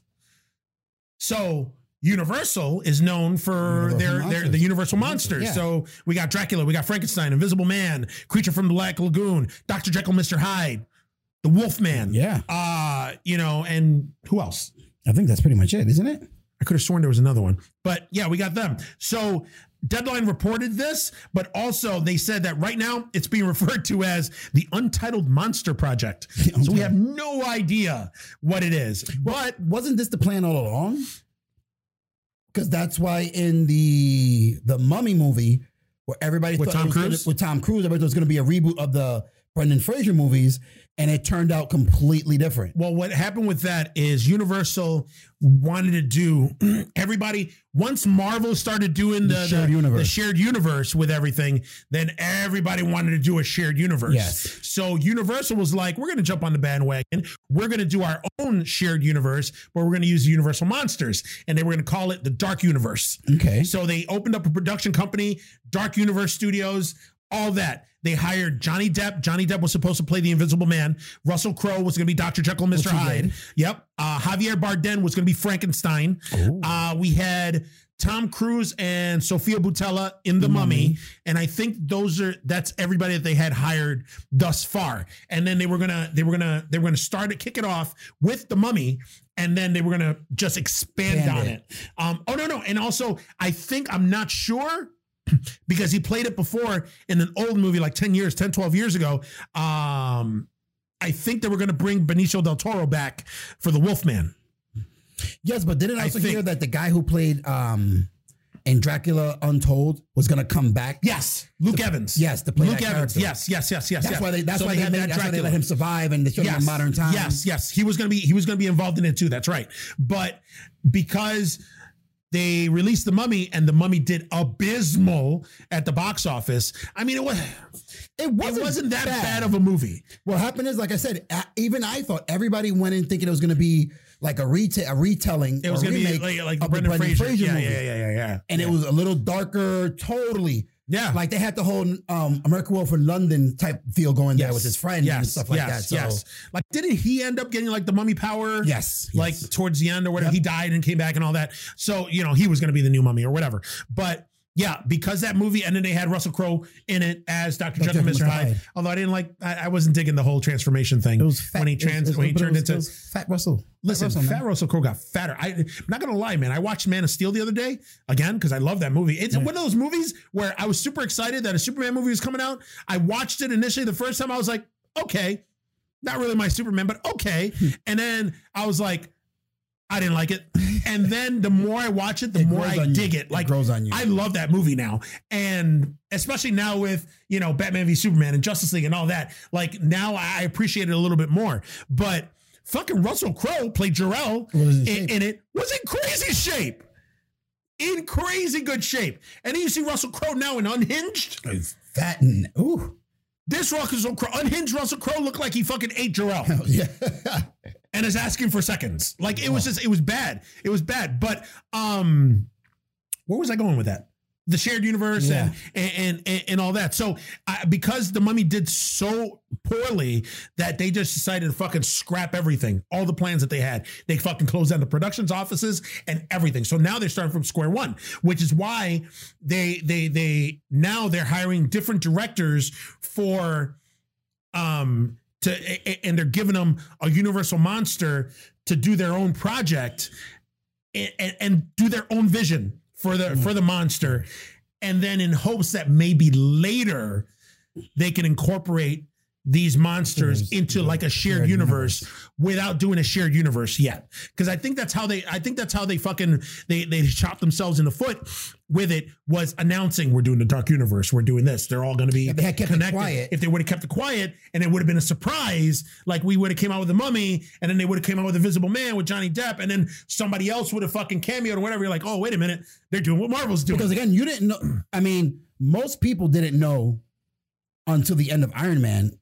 Speaker 1: So Universal is known for their,
Speaker 2: Universal
Speaker 1: their
Speaker 2: Monsters.
Speaker 1: the Universal monsters.
Speaker 2: Mm-hmm. yeah.
Speaker 1: So we got Dracula, we got Frankenstein, Invisible Man, Creature from the Black Lagoon, Doctor Jekyll, Mister Hyde, the Wolfman.
Speaker 2: Yeah.
Speaker 1: Uh, you know, and who else?
Speaker 2: I think that's pretty much it, isn't it?
Speaker 1: I could have sworn there was another one, but yeah, we got them. So Deadline reported this, but also they said that right now it's being referred to as the Untitled Monster Project. So we have no idea what it is. But
Speaker 2: Wasn't this the plan all along? Because that's why in the the Mummy movie, where everybody
Speaker 1: With
Speaker 2: thought it
Speaker 1: Tom
Speaker 2: was gonna-
Speaker 1: Cruise?
Speaker 2: with Tom Cruise, everybody thought it was going to be a reboot of the Brendan Fraser movies, and it turned out completely different.
Speaker 1: Well, what happened with that is Universal wanted to do everybody once Marvel started doing the,
Speaker 2: The shared universe.
Speaker 1: the shared universe with everything, then everybody wanted to do a shared universe.
Speaker 2: Yes.
Speaker 1: So Universal was like, we're going to jump on the bandwagon. We're going to do our own shared universe, but we're going to use the Universal monsters, and they were going to call it the Dark Universe.
Speaker 2: Okay.
Speaker 1: So they opened up a production company, Dark Universe Studios. all that. They hired Johnny Depp. Johnny Depp was supposed to play the Invisible Man. Russell Crowe was going to be Dr. Jekyll and Mr.
Speaker 2: he
Speaker 1: Hyde.
Speaker 2: did.
Speaker 1: Yep. Uh, Javier Bardem was going to be Frankenstein. Uh, we had Tom Cruise and Sophia Butella in The Mummy. and I think those are that's everybody that they had hired thus far. And then they were gonna they were gonna they were gonna start to kick it off with The Mummy, and then they were gonna just expand
Speaker 2: Expand
Speaker 1: on
Speaker 2: it.
Speaker 1: it. Um, oh no no, and also I think I'm not sure. Because he played it before in an old movie like 10 years, 10, 12 years ago. Um, I think they were going to bring Benicio del Toro back for the Wolfman.
Speaker 2: Yes, but didn't I
Speaker 1: I
Speaker 2: also
Speaker 1: think-
Speaker 2: hear that the guy who played um in Dracula Untold was gonna come back?
Speaker 1: Yes, Luke Evans.
Speaker 2: Yes, to play
Speaker 1: Luke
Speaker 2: that
Speaker 1: Evans.
Speaker 2: character.
Speaker 1: Yes, yes, yes, yes.
Speaker 2: That's
Speaker 1: yes.
Speaker 2: why they. That's
Speaker 1: So
Speaker 2: why they, made, that's why they
Speaker 1: Dracula.
Speaker 2: let him survive and they showed him in modern times.
Speaker 1: Yes, yes. He was gonna be he was gonna be involved in it too. That's right. But because they released the mummy and the mummy did abysmal at the box office. I mean, it was
Speaker 2: it
Speaker 1: it
Speaker 2: wasn't,
Speaker 1: wasn't that bad, of a movie.
Speaker 2: What happened is, like I said, I- even I thought everybody went in thinking it was going to be like a retail, a retelling.
Speaker 1: It was
Speaker 2: or
Speaker 1: gonna be
Speaker 2: remake
Speaker 1: like like the
Speaker 2: of the
Speaker 1: Brendan Fraser. yeah,
Speaker 2: movie,
Speaker 1: yeah, yeah, yeah, yeah.
Speaker 2: and it was a little darker, totally.
Speaker 1: Yeah.
Speaker 2: Like they had the whole um, American War for London type feel going there
Speaker 1: Yes,
Speaker 2: with his friend and
Speaker 1: yes,
Speaker 2: stuff like
Speaker 1: yes,
Speaker 2: that. So
Speaker 1: yes. Like didn't he end up getting like the mummy power?
Speaker 2: yes,
Speaker 1: like
Speaker 2: yes.
Speaker 1: towards the end or whatever.
Speaker 2: Yep.
Speaker 1: He died and came back and all that. So, you know, he was going to be the new mummy or whatever. But yeah, because that movie and then they had Russell Crowe in it as Dr. Jekyll and Mr. Hyde. Although I didn't like, I, I wasn't digging the whole transformation thing.
Speaker 2: It was fat,
Speaker 1: when he
Speaker 2: it was-
Speaker 1: trans,
Speaker 2: it was-
Speaker 1: when he
Speaker 2: but it
Speaker 1: turned
Speaker 2: was-
Speaker 1: into.
Speaker 2: it was Fat Russell. Fat
Speaker 1: Listen,
Speaker 2: Russell, man.
Speaker 1: Fat Russell Crowe got fatter. I, I'm not gonna lie, man. I watched Man of Steel the other day again because I love that movie. It's one of those movies where I was super excited that a Superman movie was coming out. I watched it initially the first time. I was like, okay, not really my Superman, but okay.
Speaker 2: Hmm.
Speaker 1: and then I was like, I didn't like it. And then the more I watch it, the
Speaker 2: It
Speaker 1: more
Speaker 2: grows
Speaker 1: I
Speaker 2: on you.
Speaker 1: dig it. Like
Speaker 2: grows on you.
Speaker 1: I love that movie now, and especially now with you know Batman v Superman and Justice League and all that. Like now, I appreciate it a little bit more. But fucking Russell Crowe played Jarrell
Speaker 2: Was in
Speaker 1: in,
Speaker 2: shape.
Speaker 1: in it. Was in crazy shape, in crazy good shape. And then you see Russell Crowe now in Unhinged.
Speaker 2: fat and ooh,
Speaker 1: This Russell Crowe, Unhinged Russell Crowe looked like he fucking ate Jarrell.
Speaker 2: yeah.
Speaker 1: and is asking for seconds. Like it was just, it was bad. It was bad. But um, where was I going with that? The shared universe
Speaker 2: Yeah.
Speaker 1: and, and and and all that. So I, because the mummy did so poorly that they just decided to fucking scrap everything, all the plans that they had. They fucking closed down the productions offices and everything. So now they're starting from square one, which is why they they they now they're hiring different directors for um to a- a- and they're giving them a universal monster to do their own project and, and, and do their own vision for the for the monster and then in hopes that maybe later they can incorporate these monsters
Speaker 2: Universe,
Speaker 1: into
Speaker 2: yeah,
Speaker 1: like a shared,
Speaker 2: shared
Speaker 1: universe, without doing a shared universe yet because i think that's how they i think that's how they fucking they they chopped themselves in the foot with it was announcing we're doing the dark universe we're doing this they're all going to be
Speaker 2: If they had kept it
Speaker 1: connected
Speaker 2: quiet.
Speaker 1: if they would have kept it quiet and it would have been a surprise, like we would have came out with the mummy and then they would have came out with Invisible Man with Johnny Depp and then somebody else would have fucking cameoed or whatever. You're like, oh, wait a minute. They're doing what Marvel's doing.
Speaker 2: because again, you didn't know. I mean, most people didn't know until the end of Iron Man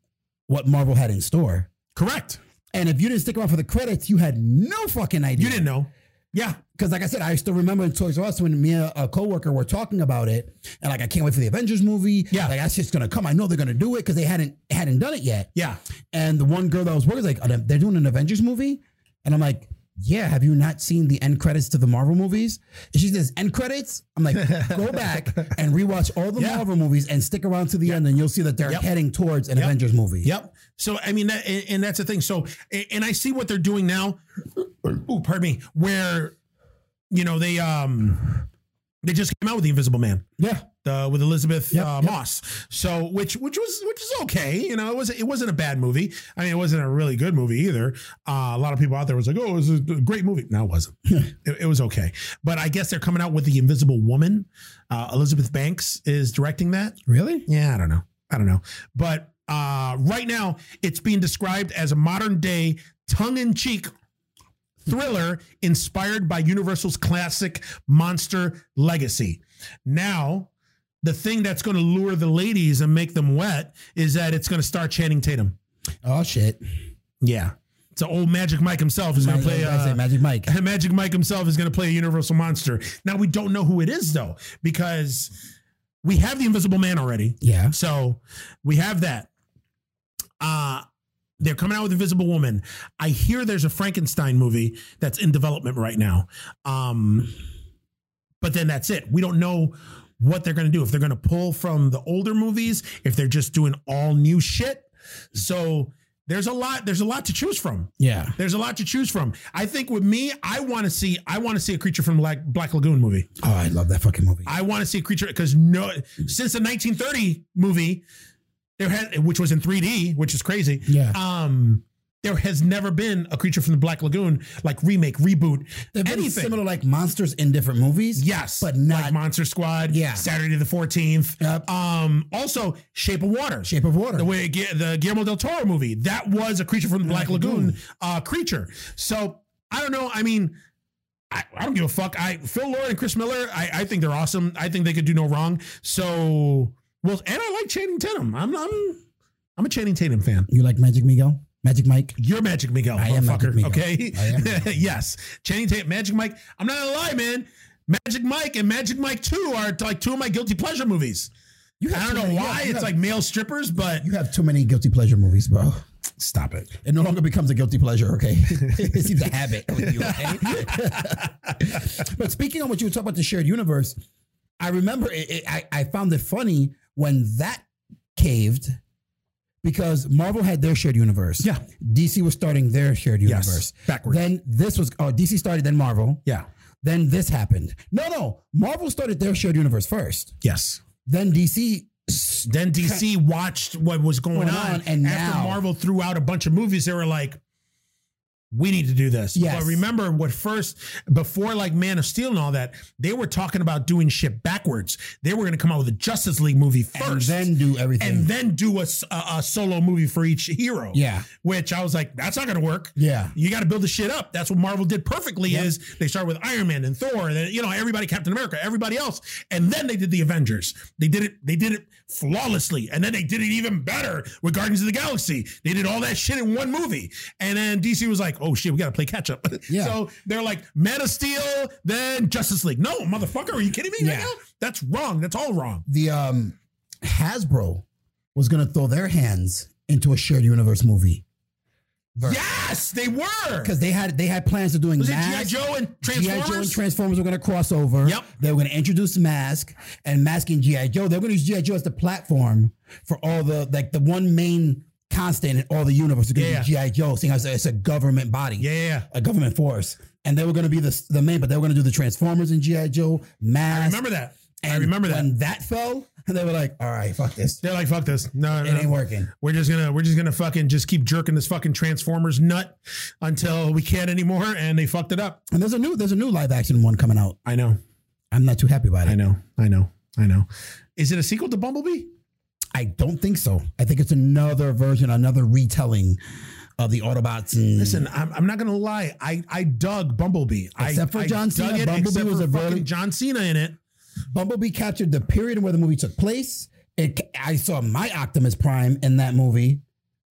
Speaker 2: what Marvel had in store.
Speaker 1: Correct.
Speaker 2: And if you didn't stick around for the credits, you had no fucking idea.
Speaker 1: You didn't know. Yeah.
Speaker 2: because like I said, I still remember in Toys R Us when me and a coworker were talking about it, and like I can't wait for the Avengers movie.
Speaker 1: Yeah.
Speaker 2: like that's just gonna come. I know they're gonna do it because they hadn't hadn't done it yet.
Speaker 1: Yeah.
Speaker 2: And the one girl that was working was like, "Oh, they're doing an Avengers movie, and I'm like, yeah, have you not seen the end credits to the Marvel movies? And she says, end credits. I'm like, go back and rewatch all the
Speaker 1: Yeah.
Speaker 2: Marvel movies and stick around to the end, and you'll see that they're
Speaker 1: Yep.
Speaker 2: heading towards an Avengers movie.
Speaker 1: Yep. So I mean, that, and, and that's the thing. So and and I see what they're doing now. Oh, pardon me. Where, you know, they um, they just came out with the Invisible Man.
Speaker 2: Yeah,
Speaker 1: uh, with Elizabeth
Speaker 2: Yep,
Speaker 1: uh,
Speaker 2: yep.
Speaker 1: Moss. So which which was which is okay. You know, it was it wasn't a bad movie. I mean, it wasn't a really good movie either. Uh, a lot of people out there was like, oh, it was a great movie. No, it wasn't. it, it was okay. But I guess they're coming out with the Invisible Woman. Uh, Elizabeth Banks is directing that.
Speaker 2: really?
Speaker 1: Yeah, I don't know. I don't know. But uh, right now, it's being described as a modern day tongue in cheek thriller inspired by Universal's classic monster legacy. Now, the thing that's going to lure the ladies and make them wet is that it's going to start Channing Tatum.
Speaker 2: Oh shit!
Speaker 1: Yeah. So old Magic Mike himself is going to play.
Speaker 2: I
Speaker 1: Uh,
Speaker 2: say Magic Mike.
Speaker 1: Magic Mike himself is going to play a Universal monster. Now we don't know who it is though, because we have the Invisible Man already.
Speaker 2: Yeah.
Speaker 1: So we have that. Uh they're coming out with Invisible Woman. I hear there's a Frankenstein movie that's in development right now. Um but then that's it. We don't know what they're going to do if they're going to pull from the older movies, if they're just doing all new shit. So there's a lot there's a lot to choose from.
Speaker 2: Yeah.
Speaker 1: There's a lot to choose from. I think with me, I want to see I want to see a creature from Black, Black Lagoon movie.
Speaker 2: Oh, I love that fucking movie.
Speaker 1: I want to see a creature because no, since the 1930 movie, there had which was in 3D, which is crazy.
Speaker 2: Yeah.
Speaker 1: Um, there has never been a creature from the Black Lagoon like remake, reboot,
Speaker 2: They've been
Speaker 1: anything.
Speaker 2: similar like monsters in different movies.
Speaker 1: Yes,
Speaker 2: But not-
Speaker 1: like Monster Squad.
Speaker 2: Yeah.
Speaker 1: Saturday the 14th.
Speaker 2: Yep.
Speaker 1: Um, also Shape of Water.
Speaker 2: Shape of Water.
Speaker 1: the way Gu- the Guillermo del Toro movie that was a creature from the
Speaker 2: Mm-hmm.
Speaker 1: Black Lagoon uh, creature. So I don't know. I mean, I, I don't give a fuck. I Phil Lord and Chris Miller. I, I think they're awesome. I think they could do no wrong. So well, and I like Channing Tatum. I'm I'm I'm a Channing Tatum fan.
Speaker 2: you like Magic Miguel? Magic Mike?
Speaker 1: You're Magic Miguel,
Speaker 2: I am
Speaker 1: motherfucker.
Speaker 2: Magic Miguel.
Speaker 1: Okay.
Speaker 2: I am Magic
Speaker 1: yes. Channing Tatum, Magic Mike. I'm not gonna lie, man. Magic Mike and Magic Mike 2 are like two of my guilty pleasure movies.
Speaker 2: You
Speaker 1: I
Speaker 2: too
Speaker 1: don't know
Speaker 2: many- you
Speaker 1: why.
Speaker 2: have- you
Speaker 1: It's
Speaker 2: have-
Speaker 1: like male strippers, but
Speaker 2: you have too many guilty pleasure movies, bro.
Speaker 1: stop it.
Speaker 2: It no longer becomes a guilty pleasure, okay? it seems a habit with you, okay? but speaking on what you were talking about the shared universe, I remember it, it, I, I found it funny when that caved because Marvel had their shared universe.
Speaker 1: Yeah.
Speaker 2: DC was starting their shared
Speaker 1: Yes,
Speaker 2: universe.
Speaker 1: backwards.
Speaker 2: Then this was, oh, DC started, then Marvel.
Speaker 1: Yeah.
Speaker 2: Then this happened. No, no. Marvel started their shared universe first.
Speaker 1: Yes.
Speaker 2: Then DC. s-
Speaker 1: Then DC watched what was going,
Speaker 2: Going
Speaker 1: on,
Speaker 2: on, and
Speaker 1: after
Speaker 2: now-
Speaker 1: Marvel threw out a bunch of movies, they were like, "We need to do this."
Speaker 2: Yes.
Speaker 1: But remember, what first before like Man of Steel and all that, they were talking about doing shit backwards. They were going to come out with a Justice League movie
Speaker 2: And
Speaker 1: first,
Speaker 2: then do everything.
Speaker 1: and then do a, s- a- a solo movie for each hero.
Speaker 2: Yeah.
Speaker 1: which I was like, "That's not going to work."
Speaker 2: yeah.
Speaker 1: You got to build the shit up. That's what Marvel did perfectly.
Speaker 2: Yep.
Speaker 1: Is they started with Iron Man and Thor, and then, you know everybody, Captain America, everybody else, and then they did the Avengers. They did it. They did it flawlessly, and then they did it even better with Guardians of the Galaxy. They did all that shit in one movie, and then DC was like, "Oh shit, we got to play catch up."
Speaker 2: Yeah.
Speaker 1: so they're like, "Man of Steel, then Justice League." No, motherfucker, are you kidding me? Right
Speaker 2: Yeah.
Speaker 1: now? That's wrong. That's all wrong.
Speaker 2: the um Hasbro was gonna throw their hands into a shared universe movie Ver-
Speaker 1: Yes, they were.
Speaker 2: because they had they had plans of doing
Speaker 1: Was it G.I.
Speaker 2: Mask.
Speaker 1: Joe and
Speaker 2: G.I. Joe
Speaker 1: Transformers?
Speaker 2: and Transformers were going to cross over.
Speaker 1: Yep.
Speaker 2: They were going to introduce Mask and Mask and G.I. Joe. They were going to use G.I. Joe as the platform for all the, like, the one main constant in all the universe is going to
Speaker 1: Yeah.
Speaker 2: be G.I. Joe, seeing as it's a government body,
Speaker 1: yeah, yeah, yeah.
Speaker 2: a government force. And they were going to be the, the main, but they were going to do the Transformers and G.I. Joe, Mask.
Speaker 1: I remember that. I
Speaker 2: And
Speaker 1: remember that.
Speaker 2: When that fell, they were like, all right, fuck this.
Speaker 1: They're like, fuck this. No, no,
Speaker 2: It
Speaker 1: no.
Speaker 2: ain't working.
Speaker 1: We're just gonna we're just gonna fucking just keep jerking this fucking Transformers nut until we can't anymore, and they fucked it up.
Speaker 2: And there's a new there's a new live action one coming out.
Speaker 1: I know,
Speaker 2: I'm not too happy about it.
Speaker 1: I know, I know, I know. Is it a sequel to Bumblebee?
Speaker 2: I don't think so. I think it's another version, another retelling of the Autobots. And
Speaker 1: Listen, I'm, I'm not gonna lie. I I dug Bumblebee. I-
Speaker 2: Except for
Speaker 1: I
Speaker 2: John
Speaker 1: dug
Speaker 2: Cena,
Speaker 1: it,
Speaker 2: Bumblebee
Speaker 1: except
Speaker 2: was
Speaker 1: for
Speaker 2: a
Speaker 1: fucking
Speaker 2: very-
Speaker 1: John Cena in it.
Speaker 2: Bumblebee captured the period where the movie took place. It, I saw my Optimus Prime in that movie.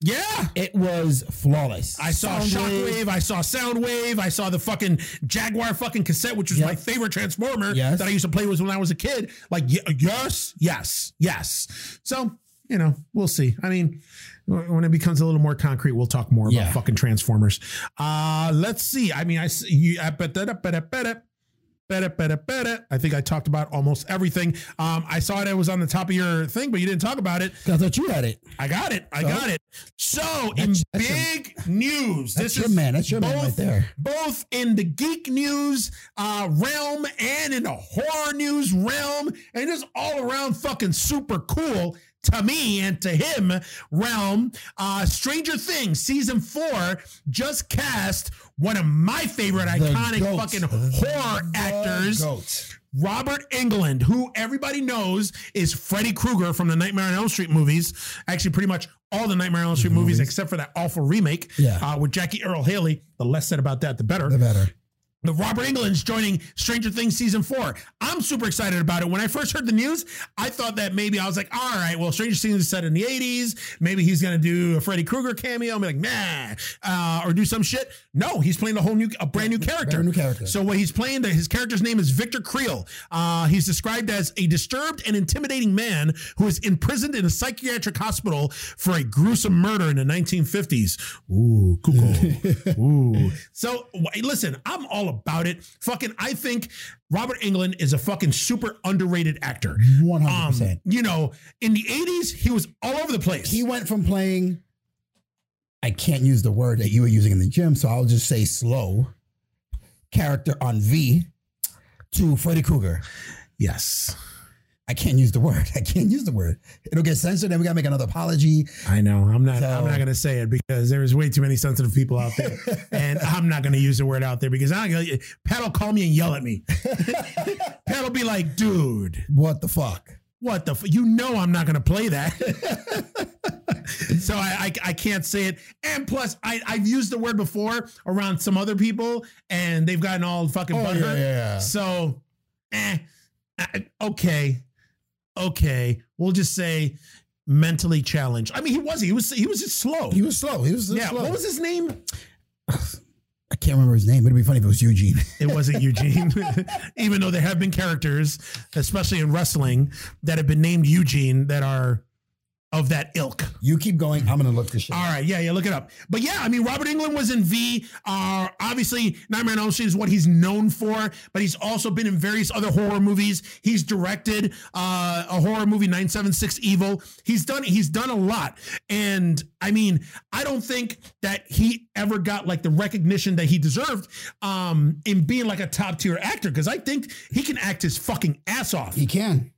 Speaker 1: Yeah.
Speaker 2: It was flawless.
Speaker 1: I saw
Speaker 2: Soundwave.
Speaker 1: Shockwave, I saw Soundwave, I saw the fucking Jaguar fucking cassette, which was
Speaker 2: Yep.
Speaker 1: my favorite Transformer
Speaker 2: Yes.
Speaker 1: that I used to play with when I was a kid. Like, y- yes, yes, yes. So, you know, we'll see. I mean, w- when it becomes a little more concrete, we'll talk more
Speaker 2: Yeah.
Speaker 1: about fucking Transformers. Uh, let's see. I mean, I s- you, uh, I bet that, bet it, bet it. Bet it, bet it, bet it. I think I talked about almost everything. Um, I saw it; it was on the top of your thing, but you didn't talk about it.
Speaker 2: I thought you had it.
Speaker 1: I got it. I
Speaker 2: So?
Speaker 1: got it. So in
Speaker 2: That's- that's your-
Speaker 1: big news,
Speaker 2: That's
Speaker 1: this
Speaker 2: your
Speaker 1: is
Speaker 2: man. That's your man right there.
Speaker 1: Both in the geek news uh, realm and in the horror news realm, and just all around fucking super cool to me and to him realm. Uh, Stranger Things season four just cast one of my favorite
Speaker 2: The
Speaker 1: iconic
Speaker 2: goat.
Speaker 1: fucking
Speaker 2: The
Speaker 1: horror actors.
Speaker 2: goat.
Speaker 1: Robert England, who everybody knows is Freddy Krueger from the Nightmare on Elm Street movies, actually pretty much all the Nightmare on Elm Street movies except for that awful remake
Speaker 2: Yeah.
Speaker 1: uh, with Jackie Earl Haley. The less said about that, the better.
Speaker 2: The better.
Speaker 1: The Robert England's joining Stranger Things season four. I'm super excited about it. When I first heard the news, I thought that maybe I was like, all right, well, Stranger Things is set in the 80s. Maybe he's going to do a Freddy Krueger cameo. I'm like, nah, uh, or do some shit. No, he's playing a whole new, a brand new character.
Speaker 2: Brand new character.
Speaker 1: So what he's playing, there, his character's name is Victor Creel. Uh, he's described as a disturbed and intimidating man who is imprisoned in a psychiatric hospital for a gruesome murder in the 1950s. Ooh, cuckoo. Ooh. So w- listen, I'm all about it. Fucking, I think Robert England is a fucking super underrated actor.
Speaker 2: One hundred
Speaker 1: Um,
Speaker 2: percent.
Speaker 1: you know, in the 80s, he was all over the place.
Speaker 2: He went from playing. I can't use the word that you were using in the gym, so I'll just say slow. Character on V to Freddy Krueger.
Speaker 1: yes.
Speaker 2: I can't use the word. I can't use the word. It'll get censored, and we gotta make another apology.
Speaker 1: I know. I'm not.
Speaker 2: So-
Speaker 1: I'm not going to say it because there is way too many sensitive people out there, and I'm not going to use the word out there because I'm going to. Pat will call me and yell at me. Pat will be like, "Dude,
Speaker 2: What the fuck?
Speaker 1: what the? F- you know, I'm not going to play that." so I, I I can't say it. And plus, I I've used the word before around some other people, and they've gotten all fucking
Speaker 2: Oh,
Speaker 1: butthurt.
Speaker 2: yeah, yeah.
Speaker 1: So, eh, I- okay, okay. We'll just say mentally challenged. I mean, he was he was he was just slow.
Speaker 2: He was slow. He was
Speaker 1: yeah.
Speaker 2: slow.
Speaker 1: What was his name?
Speaker 2: I can't remember his name. It'd be funny if it was Eugene.
Speaker 1: It wasn't Eugene. Even though there have been characters, especially in wrestling, that have been named Eugene that are of that ilk.
Speaker 2: you keep going. I'm gonna look this shit.
Speaker 1: All right, yeah, yeah, look it up. But yeah, I mean, Robert England was in V. Uh, obviously, Nightmare on Elm Street is what he's known for, but he's also been in various other horror movies. He's directed uh, a horror movie, Nine Seven Six Evil. He's done he's done a lot, and I mean, I don't think that he ever got like the recognition that he deserved um, in being like a top tier actor because I think he can act his fucking ass off
Speaker 2: Uh, He can.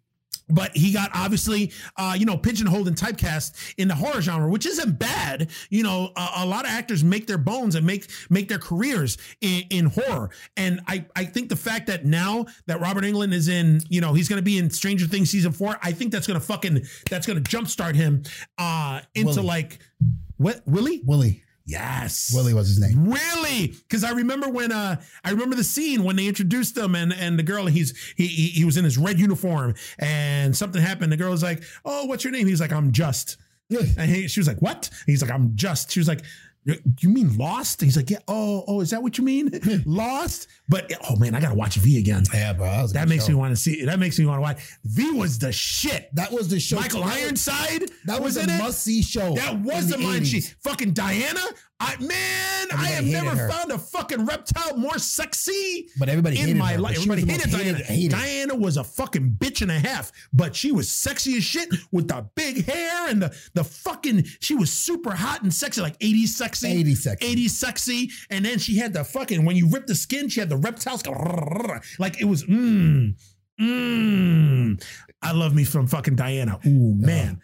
Speaker 1: but he got obviously uh, you know pigeonholed and typecast in the horror genre which isn't bad you know a, a lot of actors make their bones and make make their careers in, in horror and I, I think the fact that now that robert england is in you know he's going to be in stranger things season four i think that's going to fucking that's going to jumpstart him uh into
Speaker 2: Willie.
Speaker 1: like what willie
Speaker 2: Willie.
Speaker 1: yes
Speaker 2: Willie was his name.
Speaker 1: Really? Because I remember when uh I remember the scene when they introduced them and and the girl he's he he, he was in his red uniform and something happened. The girl was like, "Oh, what's your name?" He's like, "I'm Just." And he, she was like, "What?" He's like, "I'm Just." She was like. You mean lost? He's like, yeah. Oh, oh, is that what you mean? lost? But oh man, I gotta watch V again.
Speaker 2: Yeah, bro. That, was a
Speaker 1: That
Speaker 2: good
Speaker 1: makes
Speaker 2: show.
Speaker 1: me want to see. That makes me want to watch. V was the shit.
Speaker 2: That was the show.
Speaker 1: Michael Ironside.
Speaker 2: That was,
Speaker 1: in
Speaker 2: a
Speaker 1: it.
Speaker 2: must see show.
Speaker 1: That was
Speaker 2: in
Speaker 1: the mind
Speaker 2: 80s.
Speaker 1: she fucking Diana. I man, I
Speaker 2: Everybody
Speaker 1: have
Speaker 2: hated
Speaker 1: never
Speaker 2: her.
Speaker 1: found a fucking reptile more sexy
Speaker 2: But everybody
Speaker 1: in
Speaker 2: hated
Speaker 1: my
Speaker 2: her, but
Speaker 1: life.
Speaker 2: she was
Speaker 1: Everybody
Speaker 2: the most
Speaker 1: hated Diana.
Speaker 2: hated- hated.
Speaker 1: Diana was a fucking bitch and a half, but she was sexy as shit with the big hair and the the fucking. She was super hot and sexy, like 80s sexy,
Speaker 2: 80s sexy.
Speaker 1: 80s sexy. And then she had the fucking when you ripped the skin, she had the reptiles go like it was. Mm, mm. I love me from fucking Diana. Ooh man.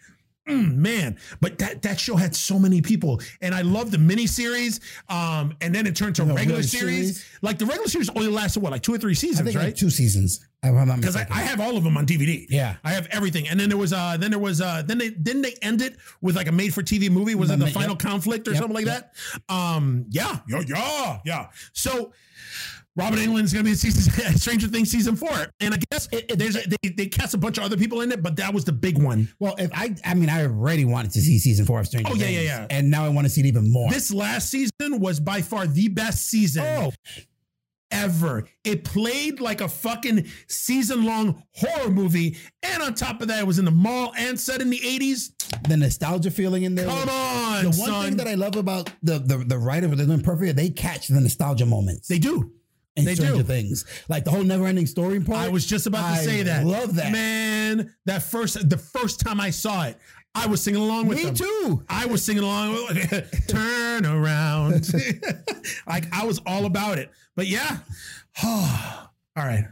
Speaker 1: Mm, man, but that that show had so many people, and I love the miniseries. Um, and then it turned to
Speaker 2: The
Speaker 1: regular
Speaker 2: regular
Speaker 1: series.
Speaker 2: series?
Speaker 1: Like the regular series only lasted what, like two or three
Speaker 2: I
Speaker 1: seasons,
Speaker 2: think like
Speaker 1: right?
Speaker 2: two seasons. if I'm not
Speaker 1: Because I,
Speaker 2: mistaken.
Speaker 1: I have all of them on DVD.
Speaker 2: Yeah.
Speaker 1: I have everything. And then there was uh, then there was uh, then they didn't they end it with like a made for TV movie? Was it the
Speaker 2: Yep.
Speaker 1: final conflict or
Speaker 2: Yep.
Speaker 1: something like
Speaker 2: Yep.
Speaker 1: that? Um, yeah, yeah, yeah, yeah. So. Robin England's gonna be in season Stranger Things season four, and I guess it, it- there's a, they, they cast a bunch of other people in it, but that was the big one.
Speaker 2: well, if I, I mean, I already wanted to see season four of Stranger
Speaker 1: Oh, yeah, yeah,
Speaker 2: Things,
Speaker 1: yeah.
Speaker 2: And now I want to see it even more.
Speaker 1: This oh. last season was by far the best season
Speaker 2: Oh.
Speaker 1: ever. It played like a fucking season long horror movie. And on top of that, it was in the mall and set in the 80s.
Speaker 2: the nostalgia feeling in there.
Speaker 1: Come on,
Speaker 2: Oh. the one
Speaker 1: son.
Speaker 2: thing that I love about the the, the writer of the Imperfect, they catch the nostalgia moments
Speaker 1: they do.
Speaker 2: in
Speaker 1: they do.
Speaker 2: Stranger Things, like the whole never-ending story part.
Speaker 1: I was just about to
Speaker 2: I
Speaker 1: say that.
Speaker 2: love that.
Speaker 1: Man, that first, the first time I saw it, I was singing along with
Speaker 2: Me
Speaker 1: them.
Speaker 2: too.
Speaker 1: I was singing along. Turn around. like I was all about it. But yeah. all right.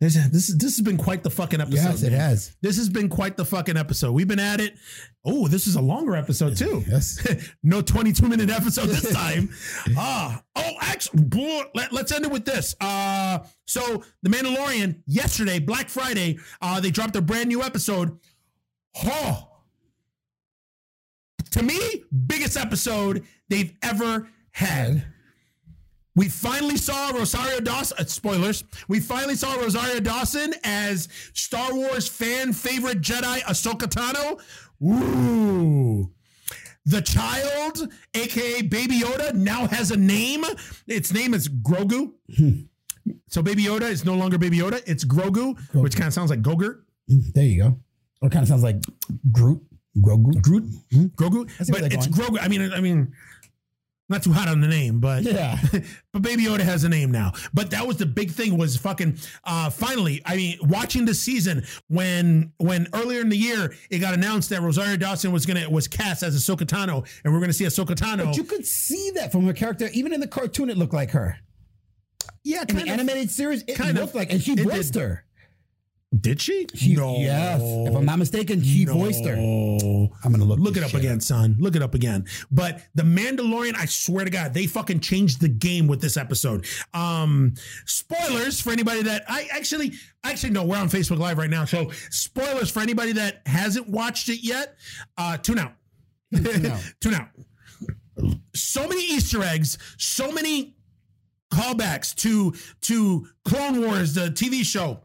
Speaker 1: This, this, is- this has been quite the fucking episode.
Speaker 2: Yes, it
Speaker 1: man.
Speaker 2: has.
Speaker 1: This has been quite the fucking episode. We've been at it. Oh, this is a longer episode too.
Speaker 2: Yes.
Speaker 1: no 22 minute episode this time. Ah, oh, actually, boy, let, us end it with this. Uh, so The Mandalorian yesterday, Black Friday, uh, they dropped a brand new episode. Oh, to me, biggest episode they've ever had. We finally saw Rosario Dawson. uh, spoilers. We finally saw Rosario Dawson as Star Wars fan favorite Jedi Ahsoka Tano. Ooh. The child, aka Baby Yoda, now has a name. Its name is Grogu.
Speaker 2: Hmm.
Speaker 1: so Baby Yoda is no longer Baby Yoda. It's Grogu, which kind of sounds like Gogurt.
Speaker 2: There you go. Or kind of sounds like Groot. Grogu. Groot.
Speaker 1: Grogu,
Speaker 2: see where
Speaker 1: but
Speaker 2: they're
Speaker 1: it's Grogu. I mean, I mean, not too hot on the name, but
Speaker 2: Yeah.
Speaker 1: but Baby Yoda has a name now. But that was the big thing was fucking uh finally, I mean, watching the season when when earlier in the year it got announced that Rosario Dawson was gonna was cast as a Tano and we're gonna see a Tano.
Speaker 2: But you could see that from her character. Even in the cartoon, it looked like her.
Speaker 1: yeah,
Speaker 2: In
Speaker 1: kind
Speaker 2: the
Speaker 1: of.
Speaker 2: animated series, it
Speaker 1: kind of.
Speaker 2: looked like, and she
Speaker 1: It
Speaker 2: voiced
Speaker 1: did.
Speaker 2: her.
Speaker 1: Did she?
Speaker 2: She- Yes. If I'm not mistaken, she voiced her.
Speaker 1: her.
Speaker 2: I'm gonna look
Speaker 1: Look
Speaker 2: this
Speaker 1: it up
Speaker 2: Oh, shit
Speaker 1: again, son. Look it up again. But the Mandalorian, I swear to God, they fucking changed the game with this episode. Um, spoilers for anybody that I actually, actually no, we're on Facebook Live right now, so spoilers for anybody that hasn't watched it yet. Uh, tune out. tune
Speaker 2: out.
Speaker 1: tune out. So many Easter eggs. So many callbacks to to Clone Wars, the TV show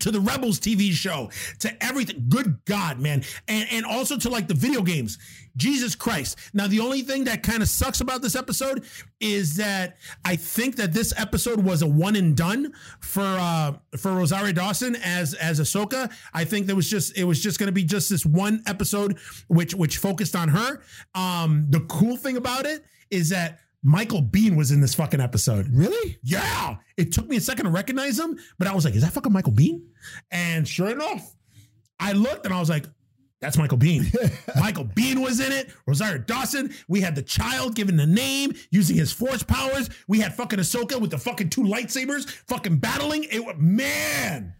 Speaker 1: to the Rebels TV show, to everything. Good God, man. And and also to like the video games. Jesus Christ. Now the only thing that kind of sucks about this episode is that I think that this episode was a one and done for uh for Rosario Dawson as as Ahsoka. I think there was just it was just gonna be just this one episode which which focused on her. Um the cool thing about it is that Michael Bean was in this fucking episode
Speaker 2: Really?
Speaker 1: yeah. It took me a second to recognize him, but I was like, is that fucking Michael Bean? And sure enough, I looked and I was like, that's Michael Bean. Michael Bean was in it. Rosario Dawson. We had the child given the name using his force powers. We had fucking Ahsoka with the fucking two lightsabers fucking battling. It was, man.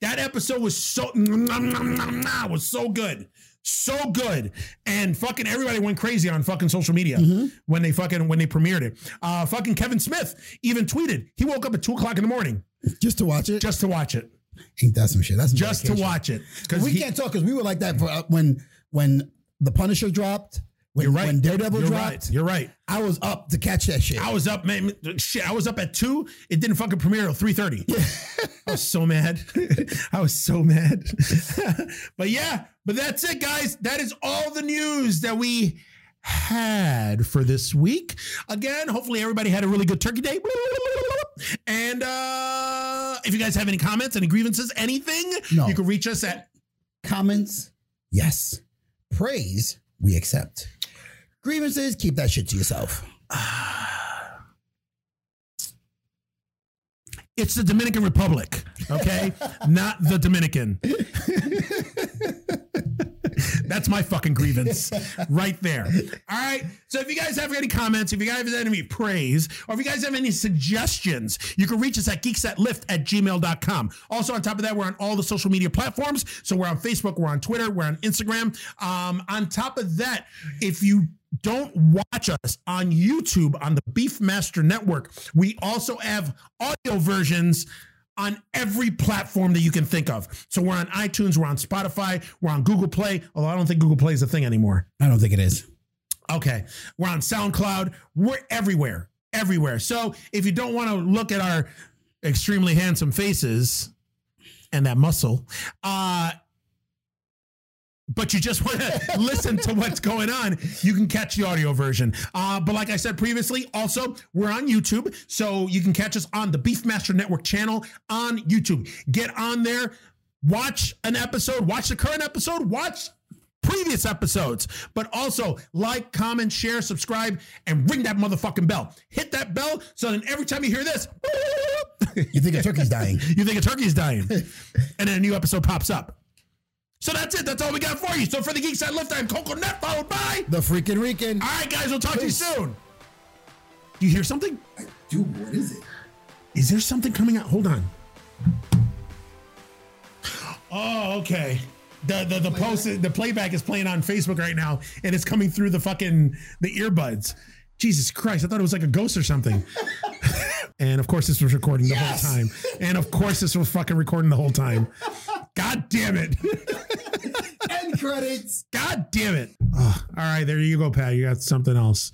Speaker 1: That episode was so was so good. So good. And fucking everybody went crazy on fucking social media when they fucking when they premiered it. Uh fucking Kevin Smith even tweeted. He woke up at two o'clock in the morning
Speaker 2: Just to watch it.
Speaker 1: just to watch it.
Speaker 2: Ain't that some shit? That's some
Speaker 1: Just to
Speaker 2: dedication.
Speaker 1: watch it. Because
Speaker 2: We can't talk because we were like that for, uh, when when the Punisher dropped. When,
Speaker 1: you're right.
Speaker 2: When Daredevil
Speaker 1: you're
Speaker 2: dropped,
Speaker 1: Right. You're right.
Speaker 2: I was up to catch that shit.
Speaker 1: I was up, man. Shit, I was up at two. It didn't fucking premiere till three thirty. I was so mad. I was so mad. but yeah, but that's it, guys. That is all the news that we had for this week. Again, hopefully everybody had a really good Turkey Day. And uh, if you guys have any comments, any grievances, anything,
Speaker 2: No.
Speaker 1: you can reach us at
Speaker 2: Comments, yes. Praise, we accept. Grievances, keep that shit to yourself.
Speaker 1: it's the Dominican Republic, okay? Not the Dominican. That's my fucking grievance right there. All right. So if you guys have any comments, if you guys have any praise, or if you guys have any suggestions, you can reach us at geeksatlift at gmail.com. Also, on top of that, we're on all the social media platforms. So we're on Facebook, we're on Twitter, we're on Instagram. Um, on top of that, if you don't watch us on YouTube on the Beefmaster Network, we also have audio versions on every platform that you can think of. So we're on iTunes, we're on Spotify, we're on Google Play, although I don't think Google Play is a thing anymore.
Speaker 2: I don't think it is.
Speaker 1: Okay. We're on SoundCloud. We're everywhere, everywhere. So if you don't want to look at our extremely handsome faces and that muscle, uh, but you just want to listen to what's going on, you can catch the audio version. Uh, but like I said previously, also, we're on YouTube. So you can catch us on the Beefmaster Network channel on YouTube. Get on there, watch an episode, watch the current episode, watch previous episodes, but also like, comment, share, subscribe, and ring that motherfucking bell. Hit that bell so then every time you hear this,
Speaker 2: You think a turkey's dying?
Speaker 1: you think a turkey's dying, and then a new episode pops up. So that's it. That's all we got for you. So for the geeks at left, I'm Coco Nut, followed by.
Speaker 2: The freaking Rican.
Speaker 1: All right, guys, we'll talk
Speaker 2: Peace.
Speaker 1: to you soon. Do you hear something?
Speaker 2: Dude, what is it?
Speaker 1: Is there something coming out? Hold on. Oh, okay. The the, the post the playback is playing on Facebook right now, and it's coming through the fucking the earbuds. Jesus Christ! I thought it was like a ghost or something. and of course, this was recording the
Speaker 2: Yes!
Speaker 1: whole time. And of course, this was fucking recording the whole time. God damn it!
Speaker 2: End credits.
Speaker 1: God damn it! Ugh. all right, there you go, Pat. You got something else.